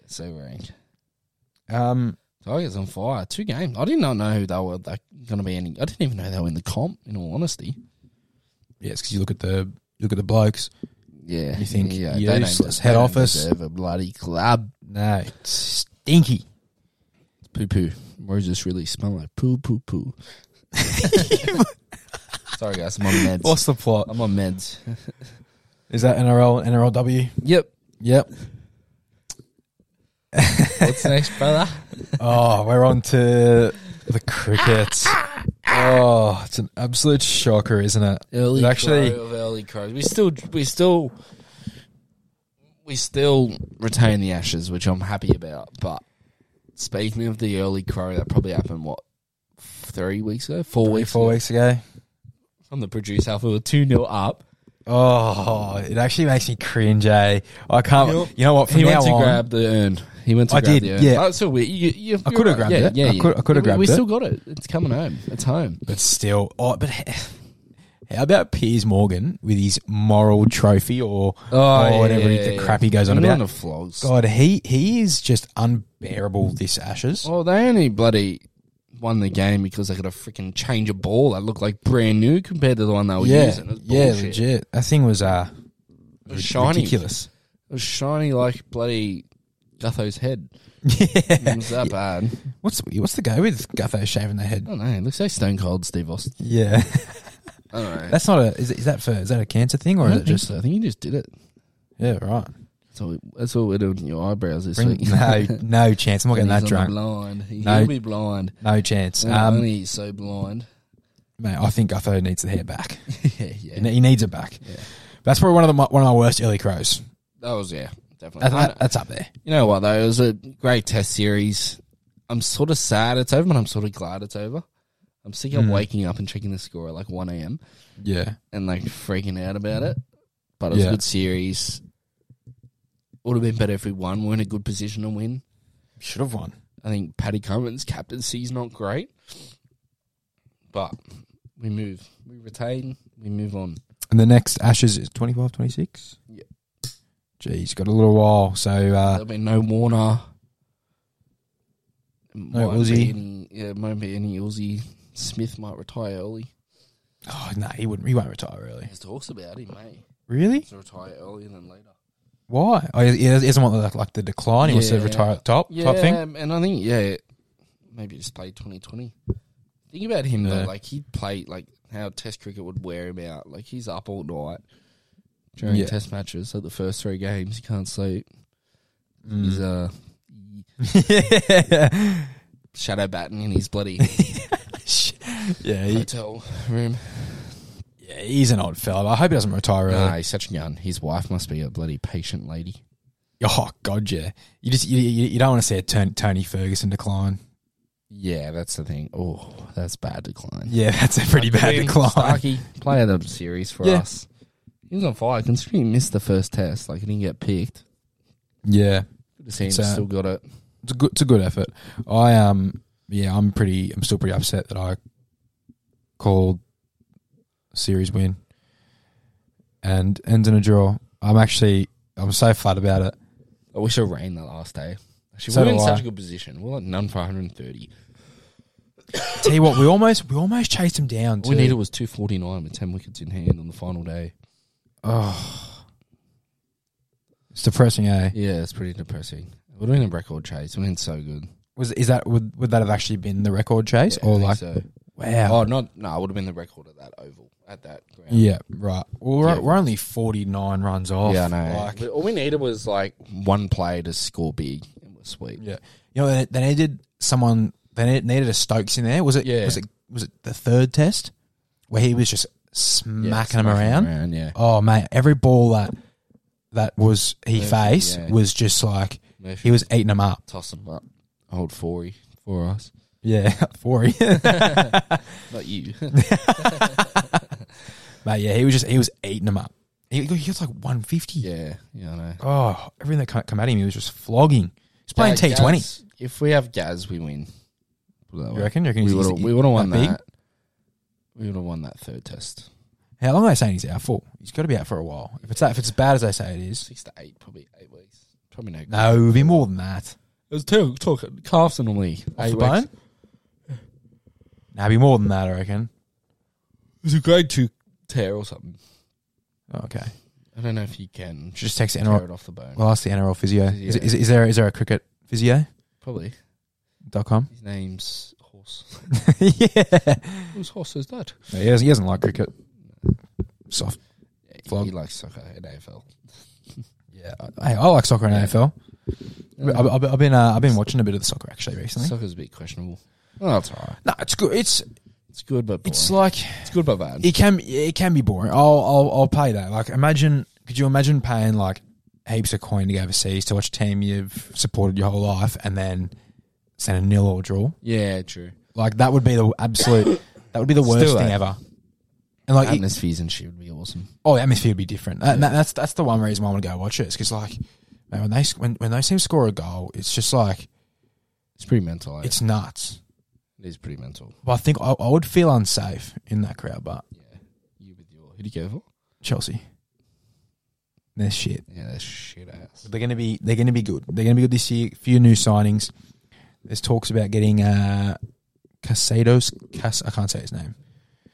Speaker 3: So rank.
Speaker 2: Um,
Speaker 3: Tigers on fire. Two games. I did not know who they were like, going to be. Any, I didn't even know they were in the comp. In all honesty.
Speaker 2: yeah, it's because you look at the you look at the blokes.
Speaker 3: Yeah.
Speaker 2: You think
Speaker 3: yeah,
Speaker 2: useless
Speaker 3: des-
Speaker 2: head
Speaker 3: they don't
Speaker 2: office.
Speaker 3: deserve a bloody club.
Speaker 2: No, stinky.
Speaker 3: Poo poo. Roses really smell like poo poo
Speaker 2: (laughs)
Speaker 3: poo. Sorry guys, I'm on meds.
Speaker 2: What's the plot?
Speaker 3: I'm on meds.
Speaker 2: Is that NRL and NRLW?
Speaker 3: Yep. (laughs)
Speaker 2: Yep.
Speaker 3: What's next, brother?
Speaker 2: Oh, we're on to the cricket. Oh, it's an absolute shocker, isn't it?
Speaker 3: Early
Speaker 2: It actually-
Speaker 3: crow of early crows. We still we still we still retain the ashes, which I'm happy about. But speaking of the early crow, that probably happened what three weeks ago, four
Speaker 2: Three,
Speaker 3: weeks.
Speaker 2: four
Speaker 3: ago.
Speaker 2: weeks ago.
Speaker 3: I'm the producer. We were two 0 up.
Speaker 2: Oh, it actually makes me cringe. Eh? I can't.
Speaker 3: You know-
Speaker 2: you know what? From
Speaker 3: he
Speaker 2: now
Speaker 3: went to
Speaker 2: on,
Speaker 3: grab the urn. He went to
Speaker 2: I
Speaker 3: grab
Speaker 2: did,
Speaker 3: the urn.
Speaker 2: yeah.
Speaker 3: That's Oh, so weird. You, you,
Speaker 2: I
Speaker 3: you're
Speaker 2: coulda
Speaker 3: right.
Speaker 2: grabbed
Speaker 3: yeah,
Speaker 2: it.
Speaker 3: Yeah,
Speaker 2: I
Speaker 3: yeah.
Speaker 2: coulda- I coulda
Speaker 3: Yeah, we- We
Speaker 2: grabbed it.
Speaker 3: still got it. It's coming home. It's home.
Speaker 2: but still. Oh, but how about Piers Morgan with his moral trophy or
Speaker 3: Oh,
Speaker 2: or whatever the crap he goes on
Speaker 3: I'm
Speaker 2: about?
Speaker 3: on the flogs.
Speaker 2: God, he he is just unbearable. This Ashes.
Speaker 3: Well, Oh, they only bloody won the game because they got a freaking change of ball that looked like brand new compared to the one they were
Speaker 2: yeah,
Speaker 3: using. It was
Speaker 2: yeah,
Speaker 3: bullshit.
Speaker 2: legit. That thing was uh,
Speaker 3: It was
Speaker 2: ri-
Speaker 3: shiny.
Speaker 2: ridiculous. (laughs)
Speaker 3: It was shiny like bloody Gutho's head. It
Speaker 2: Yeah.
Speaker 3: was (laughs) that bad.
Speaker 2: What's what's the go with Gutho shaving their head?
Speaker 3: I don't know. It looks like Stone Cold Steve Austin.
Speaker 2: Yeah,
Speaker 3: I don't know.
Speaker 2: (laughs) that's not a. Is, is that for? Is that a cancer thing
Speaker 3: I
Speaker 2: or is
Speaker 3: don't
Speaker 2: it
Speaker 3: think
Speaker 2: just?
Speaker 3: so. I think you just did it.
Speaker 2: Yeah, right.
Speaker 3: That's all, that's all we're doing to your eyebrows this
Speaker 2: Bring,
Speaker 3: (laughs) week.
Speaker 2: no, no chance. I'm not
Speaker 3: He's
Speaker 2: getting that
Speaker 3: on
Speaker 2: drunk.
Speaker 3: Blind. He'll
Speaker 2: No.
Speaker 3: be blind.
Speaker 2: No chance.
Speaker 3: Not
Speaker 2: Um,
Speaker 3: only he's so
Speaker 2: (laughs)
Speaker 3: blind.
Speaker 2: mate, I think Gutho needs the hair back.
Speaker 3: yeah,
Speaker 2: He
Speaker 3: yeah.
Speaker 2: ne- He needs it back.
Speaker 3: Yeah.
Speaker 2: That's probably one of the, my- one of my worst early crows.
Speaker 3: That was yeah, definitely.
Speaker 2: That, that- that's up there.
Speaker 3: You know what though? It was a great test series. I'm sort of sad it's over, but I'm sort of glad it's over. I'm sick of
Speaker 2: Mm.
Speaker 3: waking up and checking the score at like 1 a.m.
Speaker 2: Yeah,
Speaker 3: and like freaking out about it. But it was
Speaker 2: Yeah.
Speaker 3: a good series. Would have been better if we won. We're in a good position to win.
Speaker 2: should have won.
Speaker 3: I think Paddy Cummins' captaincy's not great, but we move, we retain, we move on.
Speaker 2: And the next Ashes is 25, 26?
Speaker 3: Yeah.
Speaker 2: Geez, got a little while. So, uh,
Speaker 3: There'll be no Warner.
Speaker 2: No
Speaker 3: Won't be
Speaker 2: Uzi.
Speaker 3: any- Yeah, won't be any Uzi. Smith might retire early.
Speaker 2: oh, no, he wouldn't. He won't retire early.
Speaker 3: There's talks about him, mate.
Speaker 2: Really?
Speaker 3: To retire earlier than later.
Speaker 2: Why? Oh, he he doesn't want like, like the decline. He wants to
Speaker 3: Yeah.
Speaker 2: retire at the top
Speaker 3: Yeah, um,
Speaker 2: type thing.
Speaker 3: and I think yeah, maybe just play 2020. Think about him
Speaker 2: Yeah.
Speaker 3: though, like he'd play like how Test cricket would wear him out. Like he's up all night during
Speaker 2: Yeah.
Speaker 3: Test matches. Like the first three games, he can't sleep. He's
Speaker 2: Mm. (laughs)
Speaker 3: uh shadow batting in his
Speaker 2: (laughs)
Speaker 3: bloody
Speaker 2: yeah, he-
Speaker 3: hotel room.
Speaker 2: yeah, he's an old fella. I hope he doesn't retire early.
Speaker 3: Nah, he's such a gun. His wife must be a bloody patient lady.
Speaker 2: Oh God, yeah. You just you, you, you don't want to see a turn, Tony Ferguson decline.
Speaker 3: Yeah, that's the thing. Oh, that's bad decline.
Speaker 2: Yeah, (laughs) that's a pretty bad
Speaker 3: Dean
Speaker 2: decline.
Speaker 3: Starkey, player of the series for
Speaker 2: Yeah.
Speaker 3: us. He was on fire. Considering he missed the first test, like he didn't get picked.
Speaker 2: Yeah,
Speaker 3: Good to see him
Speaker 2: It's, uh,
Speaker 3: still got it.
Speaker 2: it's a good it's a good effort. I um yeah, I'm pretty I'm still pretty upset that I called series win and ends in a draw. I'm actually I'm so flat about it.
Speaker 3: I wish it rained the last day. Actually,
Speaker 2: So
Speaker 3: we're in
Speaker 2: do I.
Speaker 3: such a good position. We're like none for 130.
Speaker 2: Tell you what, we almost we almost chased him down.
Speaker 3: All
Speaker 2: Too.
Speaker 3: we needed was 249 with 10 wickets in hand on the final day.
Speaker 2: Oh, it's depressing, eh?
Speaker 3: Yeah, it's pretty depressing. We're doing a record chase. We're doing so good.
Speaker 2: Was is that would would that have actually been the record chase
Speaker 3: Yeah, I
Speaker 2: or
Speaker 3: think
Speaker 2: like
Speaker 3: so.
Speaker 2: wow?
Speaker 3: Oh, not no. I would have been the record at that oval at that ground.
Speaker 2: Yeah, right. Well, we're,
Speaker 3: Yeah.
Speaker 2: we're only 49 runs off.
Speaker 3: yeah, I know.
Speaker 2: Like,
Speaker 3: But all we needed was like one play to score big, and we're sweet.
Speaker 2: yeah. You know, they, they needed someone, they needed, needed a Stokes in there. Was it,
Speaker 3: Yeah.
Speaker 2: was it, was it the third test where he was just smacking him around?
Speaker 3: yeah.
Speaker 2: Oh, mate, every ball that, that was, he
Speaker 3: Perfect,
Speaker 2: faced
Speaker 3: yeah.
Speaker 2: was just like,
Speaker 3: Murphy
Speaker 2: He was eating them up.
Speaker 3: toss them up. Old Forey for us. (laughs)
Speaker 2: Yeah, for him.
Speaker 3: Not you.
Speaker 2: Mate, yeah, he was just he was eating them up. He, he gets like one fifty.
Speaker 3: yeah, yeah, I know.
Speaker 2: Oh, everything that ca- come at him, he was just flogging. He's playing T twenty.
Speaker 3: uh, Gaz- If we have Gaz, we win. Put it that
Speaker 2: You
Speaker 3: way.
Speaker 2: reckon? You reckon
Speaker 3: We
Speaker 2: he's-
Speaker 3: would have.
Speaker 2: he's-
Speaker 3: We would have won
Speaker 2: that big?
Speaker 3: that. We would have won that third test.
Speaker 2: How long are they saying he's out for? He's got to be out for a while. If it's that, if it's bad as they say it is,
Speaker 3: Six to eight, probably eight weeks. Probably no.
Speaker 2: no, it'll be more than that.
Speaker 3: it was two. Talk calves are normally
Speaker 2: Off
Speaker 3: eight
Speaker 2: the
Speaker 3: weeks.
Speaker 2: bone? No, it'll be more than that. I reckon.
Speaker 3: It was a grade two tear or something.
Speaker 2: Oh, okay,
Speaker 3: I don't know if you can
Speaker 2: should just text the
Speaker 3: tear
Speaker 2: NRL.
Speaker 3: it off the bone.
Speaker 2: We'll ask the NRL physio. Is,
Speaker 3: Physio.
Speaker 2: is, is there is there a cricket physio
Speaker 3: probably
Speaker 2: dot com?
Speaker 3: (laughs) his name's Horse.
Speaker 2: yeah,
Speaker 3: Whose horse is that?
Speaker 2: he doesn't, he doesn't like cricket. Soft. Flog.
Speaker 3: He likes soccer in (laughs) AFL.
Speaker 2: Yeah, I, I like soccer and
Speaker 3: Yeah.
Speaker 2: AFL. I've, I've, I've been uh, I've been watching a bit of the soccer actually recently.
Speaker 3: Soccer's a bit questionable. Oh, it's alright.
Speaker 2: no, it's good. It's
Speaker 3: It's good but boring.
Speaker 2: it's
Speaker 3: It's,
Speaker 2: like
Speaker 3: good but bad.
Speaker 2: it can it can be boring. I'll I'll, I'll pay that. Like imagine could you imagine paying like heaps of coin to go overseas to watch a team you've supported your whole life and then send a nil or draw?
Speaker 3: yeah, true.
Speaker 2: Like that would be the absolute that would be the worst
Speaker 3: Still,
Speaker 2: thing
Speaker 3: eh?
Speaker 2: ever. And like it-
Speaker 3: Atmospheres and shit would be awesome.
Speaker 2: Oh, the atmosphere would be different. That, that- that's that's the one reason why I want to go watch it. It's because like man, when they when when those teams score a goal, it's just like
Speaker 3: It's pretty mental. eh?
Speaker 2: it's nuts.
Speaker 3: it is pretty mental.
Speaker 2: But I think I, I would feel unsafe in that crowd. But
Speaker 3: Yeah. You with your who do you go for?
Speaker 2: Chelsea, they're shit.
Speaker 3: Yeah, that's shit ass.
Speaker 2: They're gonna be they're gonna be good. They're gonna be good this year. Few new signings. There's talks about getting uh Casados. Cas I can't say his name.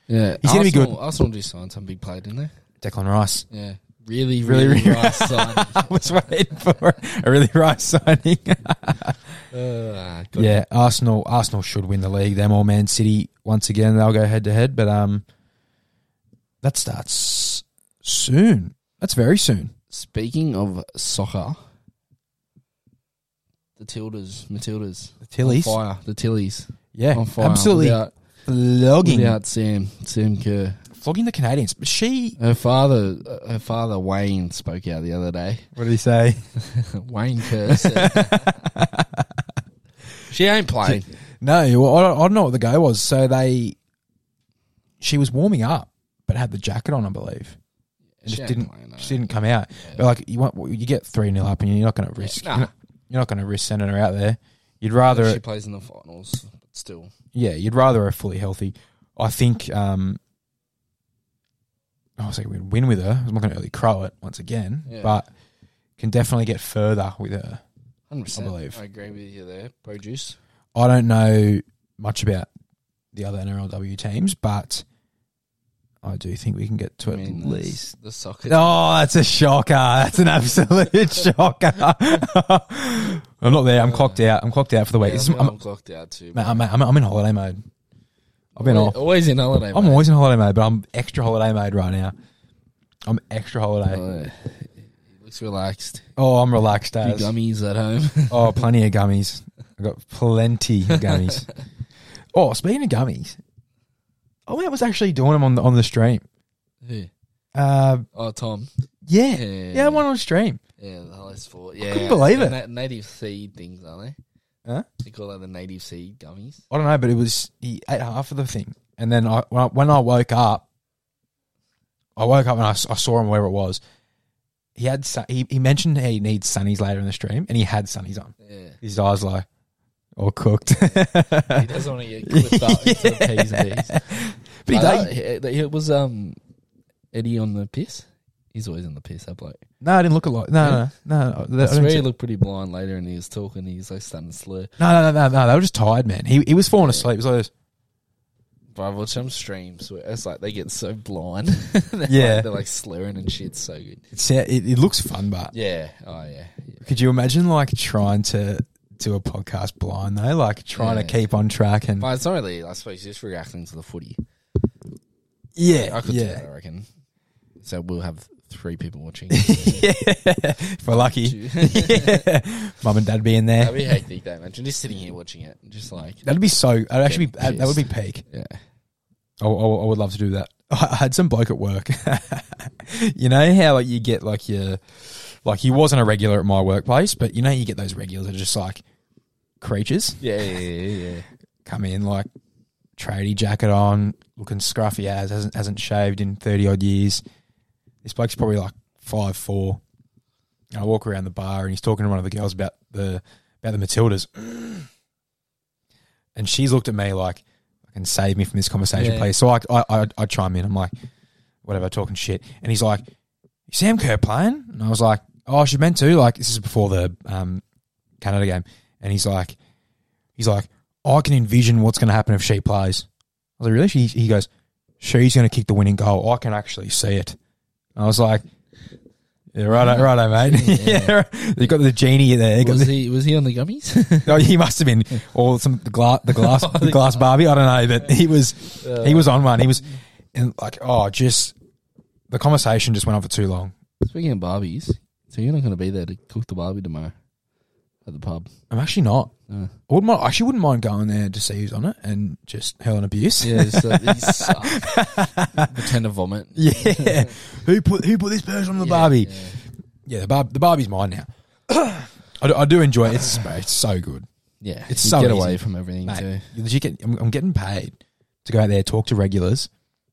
Speaker 3: Yeah,
Speaker 2: He's gonna be
Speaker 3: Arsenal- Arsenal do sign some big player, didn't they?
Speaker 2: Declan Rice.
Speaker 3: Yeah, really,
Speaker 2: Really,
Speaker 3: really,
Speaker 2: really
Speaker 3: nice sign.
Speaker 2: (laughs) I was waiting for a really Rice signing.
Speaker 3: Uh, got
Speaker 2: (laughs) Yeah, Arsenal. Arsenal should win the league. Them or Man City once again. They'll go head to head, but um, that starts soon. That's very soon.
Speaker 3: Speaking of soccer, the Tildas, Matildas,
Speaker 2: The Tillies.
Speaker 3: on fire, the Tillies,
Speaker 2: Yeah,
Speaker 3: on fire,
Speaker 2: absolutely
Speaker 3: without,
Speaker 2: flogging,
Speaker 3: without Sam, Sam Kerr.
Speaker 2: flogging the Canadians. But she,
Speaker 3: Her father, her father Wayne spoke out the other
Speaker 2: (laughs)
Speaker 3: day.
Speaker 2: what did he say?
Speaker 3: Wayne Kerr said, (laughs) "She ain't playing."
Speaker 2: No, well, I, don't, I don't know what the go was. So they, she was warming up, but had the jacket on, I believe. And
Speaker 3: She
Speaker 2: just
Speaker 3: ain't
Speaker 2: didn't,
Speaker 3: playing, no.
Speaker 2: she didn't come out. But like you want, you get three nil up, and you're not going to risk.
Speaker 3: nah.
Speaker 2: you're, not, you're not going to risk sending her out there. You'd rather
Speaker 3: She plays in the finals, but still.
Speaker 2: yeah, you'd rather a fully healthy. I think um I was like we'd win with her. I'm not gonna really crow it once again,
Speaker 3: Yeah.
Speaker 2: but can definitely get further with her.
Speaker 3: 100%.
Speaker 2: I believe.
Speaker 3: I agree with you there. Produce.
Speaker 2: I don't know much about the other NRLW teams, but I do think we can get to
Speaker 3: I
Speaker 2: at
Speaker 3: mean, that's
Speaker 2: least.
Speaker 3: the soccer.
Speaker 2: Oh, that's a shocker. That's an absolute (laughs) shocker. I'm not there. I'm clocked out. I'm clocked out for the week.
Speaker 3: Yeah,
Speaker 2: This is-
Speaker 3: I'm,
Speaker 2: I'm,
Speaker 3: clocked out too.
Speaker 2: mate, I'm, I'm, I'm in holiday mode. I've been
Speaker 3: always,
Speaker 2: off.
Speaker 3: always in holiday.
Speaker 2: I'm
Speaker 3: mate.
Speaker 2: always in holiday mode, but I'm extra holiday mode right now. I'm extra holiday.
Speaker 3: Oh, yeah. he looks relaxed.
Speaker 2: oh, I'm relaxed
Speaker 3: Few
Speaker 2: as.
Speaker 3: gummies at
Speaker 2: (laughs)
Speaker 3: home.
Speaker 2: Oh, plenty of gummies. I got plenty of gummies. (laughs) oh, speaking of gummies, oh, I was actually doing them on the on the stream.
Speaker 3: Who?
Speaker 2: Uh,
Speaker 3: oh, Tom.
Speaker 2: yeah,
Speaker 3: Yeah.
Speaker 2: yeah, one on stream.
Speaker 3: Yeah, the highest four. Yeah,
Speaker 2: couldn't believe
Speaker 3: the
Speaker 2: it.
Speaker 3: na- native seed things, aren't they?
Speaker 2: Huh?
Speaker 3: They call that the native seed gummies.
Speaker 2: I don't know, but it was he ate half of the thing, and then I when I, when I woke up, I woke up and I, s- I saw him where it was. He had sun- he, he mentioned he needs sunnies later in the stream, and he had sunnies on. (laughs)
Speaker 3: Yeah.
Speaker 2: His eyes like all cooked. (laughs)
Speaker 3: He doesn't want to get clipped up into P's and D's.
Speaker 2: But he,
Speaker 3: I know,
Speaker 2: like,
Speaker 3: it, it was um, Eddie on the piss. He's always on the piss, that bloke.
Speaker 2: no, I didn't look a lot. No, no, no, no.
Speaker 3: I
Speaker 2: I
Speaker 3: swear
Speaker 2: didn't
Speaker 3: he
Speaker 2: see-
Speaker 3: looked pretty blind later and he was talking. He was like starting to slur.
Speaker 2: No, no, no, no, no. They were just tired, man. He he was falling asleep. It was like this.
Speaker 3: But I've watched some streams where it's like they get so blind. (laughs) they're
Speaker 2: Yeah.
Speaker 3: Like, they're like slurring and shit. So good.
Speaker 2: It's, it, it looks fun, but
Speaker 3: Yeah. Oh, yeah.
Speaker 2: could you imagine like trying to do a podcast blind though? Like trying to
Speaker 3: Yeah.
Speaker 2: keep on track and
Speaker 3: But it's not really, I suppose, just reacting to the footy.
Speaker 2: yeah,
Speaker 3: I could do that,
Speaker 2: yeah,
Speaker 3: I reckon. So we'll have three people
Speaker 2: (laughs)
Speaker 3: watching.
Speaker 2: if we're lucky.
Speaker 3: Two.
Speaker 2: yeah, (laughs) mum and dad be in there.
Speaker 3: That'd be hectic, though, imagine. Just sitting here watching it. Just like,
Speaker 2: That'd be so. That'd actually be
Speaker 3: Getting
Speaker 2: that, that would be peak.
Speaker 3: yeah.
Speaker 2: I, I, I would love to (laughs) do that. I had some bloke at work. you know how like you get like your Like he wasn't a regular at my workplace, but you know you get those regulars that are just like creatures
Speaker 3: Yeah, yeah, yeah, yeah.
Speaker 2: come in like tradie jacket on, looking scruffy as hasn't hasn't shaved in thirty odd years. This bloke's probably like five four. And I walk around the bar and he's talking to one of the girls about the about the Matildas, (clears throat) and she's looked at me like, "Fucking save me from this conversation,
Speaker 3: Yeah.
Speaker 2: please." So I, I I I chime in. I'm like, "Whatever, talking shit," and he's like, "Is Sam Kerr playing?" And I was like, "Oh, she meant to." Like this is before the um, Canada game, and he's like, he's like, I can envision what's going to happen if she plays. I was like, really? She, he goes, she's going to kick the winning goal. I can actually see it. And I was like, yeah, righto, righto, mate. (laughs) yeah, you got the genie (laughs) there. You got
Speaker 3: Was
Speaker 2: the-
Speaker 3: he was he on the
Speaker 2: (laughs)
Speaker 3: gummies?
Speaker 2: oh, he must (laughs) have been or some the glass, the (laughs) glass, the glass Barbie. I don't know, but he was,
Speaker 3: Uh,
Speaker 2: he was on one. He was, and like, oh, just the conversation just went on for too long.
Speaker 3: Speaking of Barbies, so you're not going to be there to cook the Barbie tomorrow at the pub.
Speaker 2: I'm actually not.
Speaker 3: No.
Speaker 2: I wouldn't mind, I actually wouldn't mind going there to see who's on it and just hurling abuse.
Speaker 3: Yeah, just, uh, you suck. Pretend to vomit.
Speaker 2: (laughs) Yeah. who put who put this person on the Barbie? Yeah, the, bar, the Barbie's mine now. I, do, I do enjoy it. It's, it's so good.
Speaker 3: Yeah,
Speaker 2: It's
Speaker 3: you
Speaker 2: so
Speaker 3: get
Speaker 2: easy.
Speaker 3: away from everything too.
Speaker 2: Mate, you legit get- I'm, I'm getting paid to go out there, talk to regulars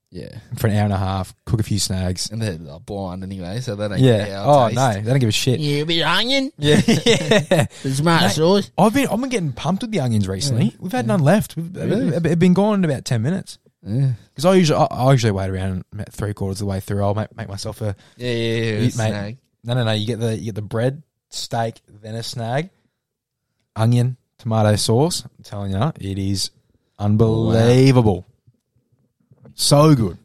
Speaker 3: Yeah,
Speaker 2: for an hour and a half, cook a few snags.
Speaker 3: and they're like, blind anyway, so they don't.
Speaker 2: Yeah.
Speaker 3: Get
Speaker 2: oh,
Speaker 3: our
Speaker 2: no. They don't give a shit.
Speaker 3: You be onion.
Speaker 2: Yeah. (laughs) yeah.
Speaker 3: It's my sauce.
Speaker 2: I've been I've been getting pumped with the onions recently. We've had none left. We've,
Speaker 3: Really?
Speaker 2: It's been gone in about 10 minutes.
Speaker 3: Yeah,
Speaker 2: Because I usually, I, I usually wait around about three quarters of the way through. I'll make, make myself a
Speaker 3: yeah, yeah. yeah,
Speaker 2: You- mate.
Speaker 3: snag.
Speaker 2: No, no, no. You get the you get the bread, steak, then a snag, onion, tomato sauce. I'm telling you, it is unbelievable. So good.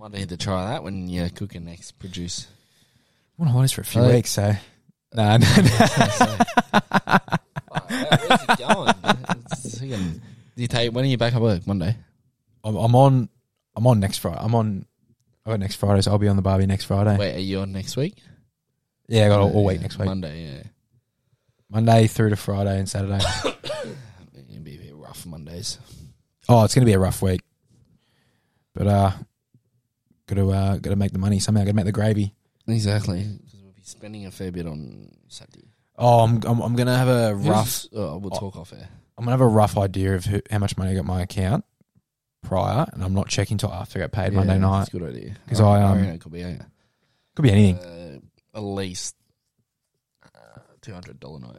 Speaker 3: Might need to try that when you're cooking next.
Speaker 2: (laughs)
Speaker 3: Produce.
Speaker 2: I'm on holidays for a few
Speaker 3: Oh, yeah.
Speaker 2: weeks, so no, (laughs) no, no.
Speaker 3: Fuck, Where's it going? It's fucking- Do you take when are you back at work? Monday.
Speaker 2: I'm, I'm on. I'm on next Friday. I'm on. I got next Friday, so I'll be on the barbie next Friday.
Speaker 3: Wait, are you on next week?
Speaker 2: Yeah, I got all, all week
Speaker 3: Yeah,
Speaker 2: next week,
Speaker 3: Monday, yeah.
Speaker 2: Monday through to Friday and (laughs) Saturday.
Speaker 3: It'll be a bit rough Mondays.
Speaker 2: oh, it's gonna be a rough week, but uh, gotta uh, gotta make the money somehow. Gotta make the gravy.
Speaker 3: Exactly. Because we'll be spending a fair bit on Saturday.
Speaker 2: Oh, I'm I'm, I'm gonna have a rough.
Speaker 3: Who's- Oh, we'll talk off air.
Speaker 2: I'm gonna have a rough idea of who, how much money I got in my account prior, and I'm not checking till after I get paid Monday
Speaker 3: Yeah,
Speaker 2: night.
Speaker 3: That's a good idea.
Speaker 2: 'Cause I, um,
Speaker 3: reckon it could be a,
Speaker 2: Could be anything.
Speaker 3: uh, at least uh, $200 night.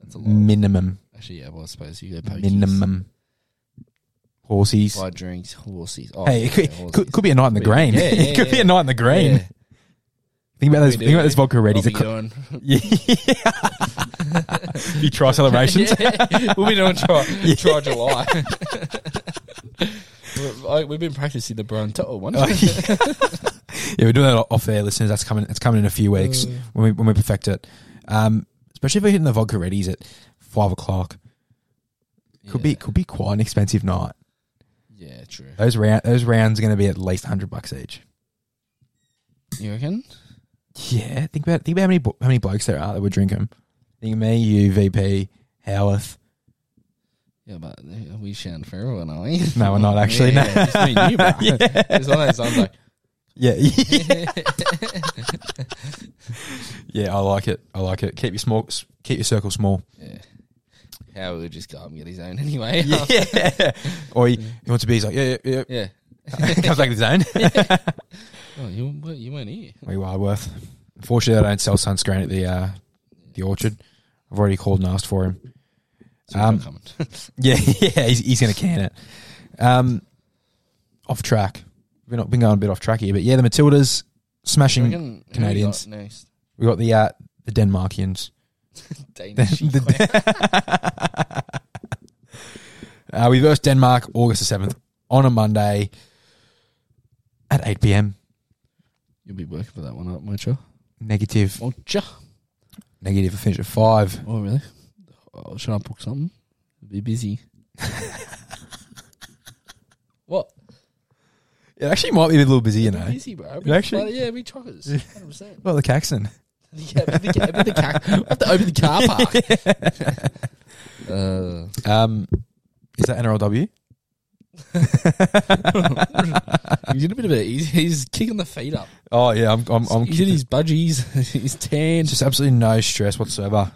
Speaker 3: That's a lot.
Speaker 2: minimum,
Speaker 3: Actually, yeah, well, I suppose you go pokies.
Speaker 2: minimum. Horsies.
Speaker 3: Buy drinks, horses. Oh,
Speaker 2: hey,
Speaker 3: yeah,
Speaker 2: it could,
Speaker 3: horses.
Speaker 2: could, could be a night in the
Speaker 3: Could be-
Speaker 2: green.
Speaker 3: yeah, yeah,
Speaker 2: (laughs) it could be
Speaker 3: yeah.
Speaker 2: a night in the green.
Speaker 3: Yeah.
Speaker 2: Think about
Speaker 3: We
Speaker 2: this.
Speaker 3: do,
Speaker 2: Think about this
Speaker 3: yeah.
Speaker 2: vodka ready.
Speaker 3: What
Speaker 2: It's a
Speaker 3: we
Speaker 2: co- (laughs)
Speaker 3: doing?
Speaker 2: Yeah. (laughs) you try celebrations.
Speaker 3: (laughs) Yeah, we'll be doing try, try July. (laughs) We're- I- We've been practicing the Bronto one.
Speaker 2: Oh, yeah. (laughs) Yeah, we're doing that off air, listeners. That's coming. It's coming in a few weeks
Speaker 3: Mm.
Speaker 2: when we when we perfect it. Um, especially if we're hitting the vodka readies at five o'clock. Could be could be quite an expensive night.
Speaker 3: Yeah, true.
Speaker 2: Those round those rounds are going to be at least hundred bucks each.
Speaker 3: You reckon?
Speaker 2: Yeah, think about think about how many blo- how many blokes there are that would drink them. Think of me, you, VP, Howarth.
Speaker 3: Yeah, but uh, we shan't for everyone, are we?
Speaker 2: No, we're not actually.
Speaker 3: Yeah,
Speaker 2: no.
Speaker 3: (laughs) yeah, just me and you, bro.
Speaker 2: (laughs)
Speaker 3: (laughs) It's one of those times like, (laughs)
Speaker 2: Yeah, yeah, (laughs) yeah. I like it. I like it. Keep your small. Keep your
Speaker 3: (laughs)
Speaker 2: circle small.
Speaker 3: yeah. How would just go up and get his own anyway?
Speaker 2: (laughs) Yeah. or he, he wants to be. He's like, yeah, yeah,
Speaker 3: (laughs) yeah.
Speaker 2: yeah. (laughs) Comes back to
Speaker 3: (laughs)
Speaker 2: his own. (laughs)
Speaker 3: Oh, you, weren't- you weren't here.
Speaker 2: We are worth. Unfortunately, I don't sell sunscreen at the uh, the orchard. I've already called and asked for him.
Speaker 3: So we're not
Speaker 2: Um,
Speaker 3: coming. (laughs)
Speaker 2: Yeah, (laughs) yeah, he's, he's going to can it. Um, off track. We've not been going a bit off track here, but yeah, the Matildas
Speaker 3: You
Speaker 2: smashing.
Speaker 3: reckon- who we
Speaker 2: Canadians.
Speaker 3: got Next.
Speaker 2: we got the uh, the Denmarkians.
Speaker 3: (laughs)
Speaker 2: (laughs)
Speaker 3: Danish.
Speaker 2: Uh, we versed Denmark August the seventh on a Monday at eight pm.
Speaker 3: You'll be working for that one, aren't you?
Speaker 2: Negative,
Speaker 3: Oh, ja.
Speaker 2: negative. I finish at five.
Speaker 3: Oh, really? Oh, should I book something? Be
Speaker 2: (laughs)
Speaker 3: busy. what?
Speaker 2: It actually might be a little busy, you know.
Speaker 3: Be busy, bro. Be
Speaker 2: actually-
Speaker 3: bloody- yeah, be chockers. 100%.
Speaker 2: Well, the Caxon.
Speaker 3: Yeah, open the, ca- open the car. (laughs) I have to open the
Speaker 2: (laughs)
Speaker 3: car park. uh,
Speaker 2: Um, is that NRLW?
Speaker 3: He's in a bit of a. He's, he's kicking the feet up.
Speaker 2: (laughs) Oh yeah, I'm. I'm. I'm
Speaker 3: he's in his budgies. (laughs) he's tan.
Speaker 2: just absolutely no stress whatsoever,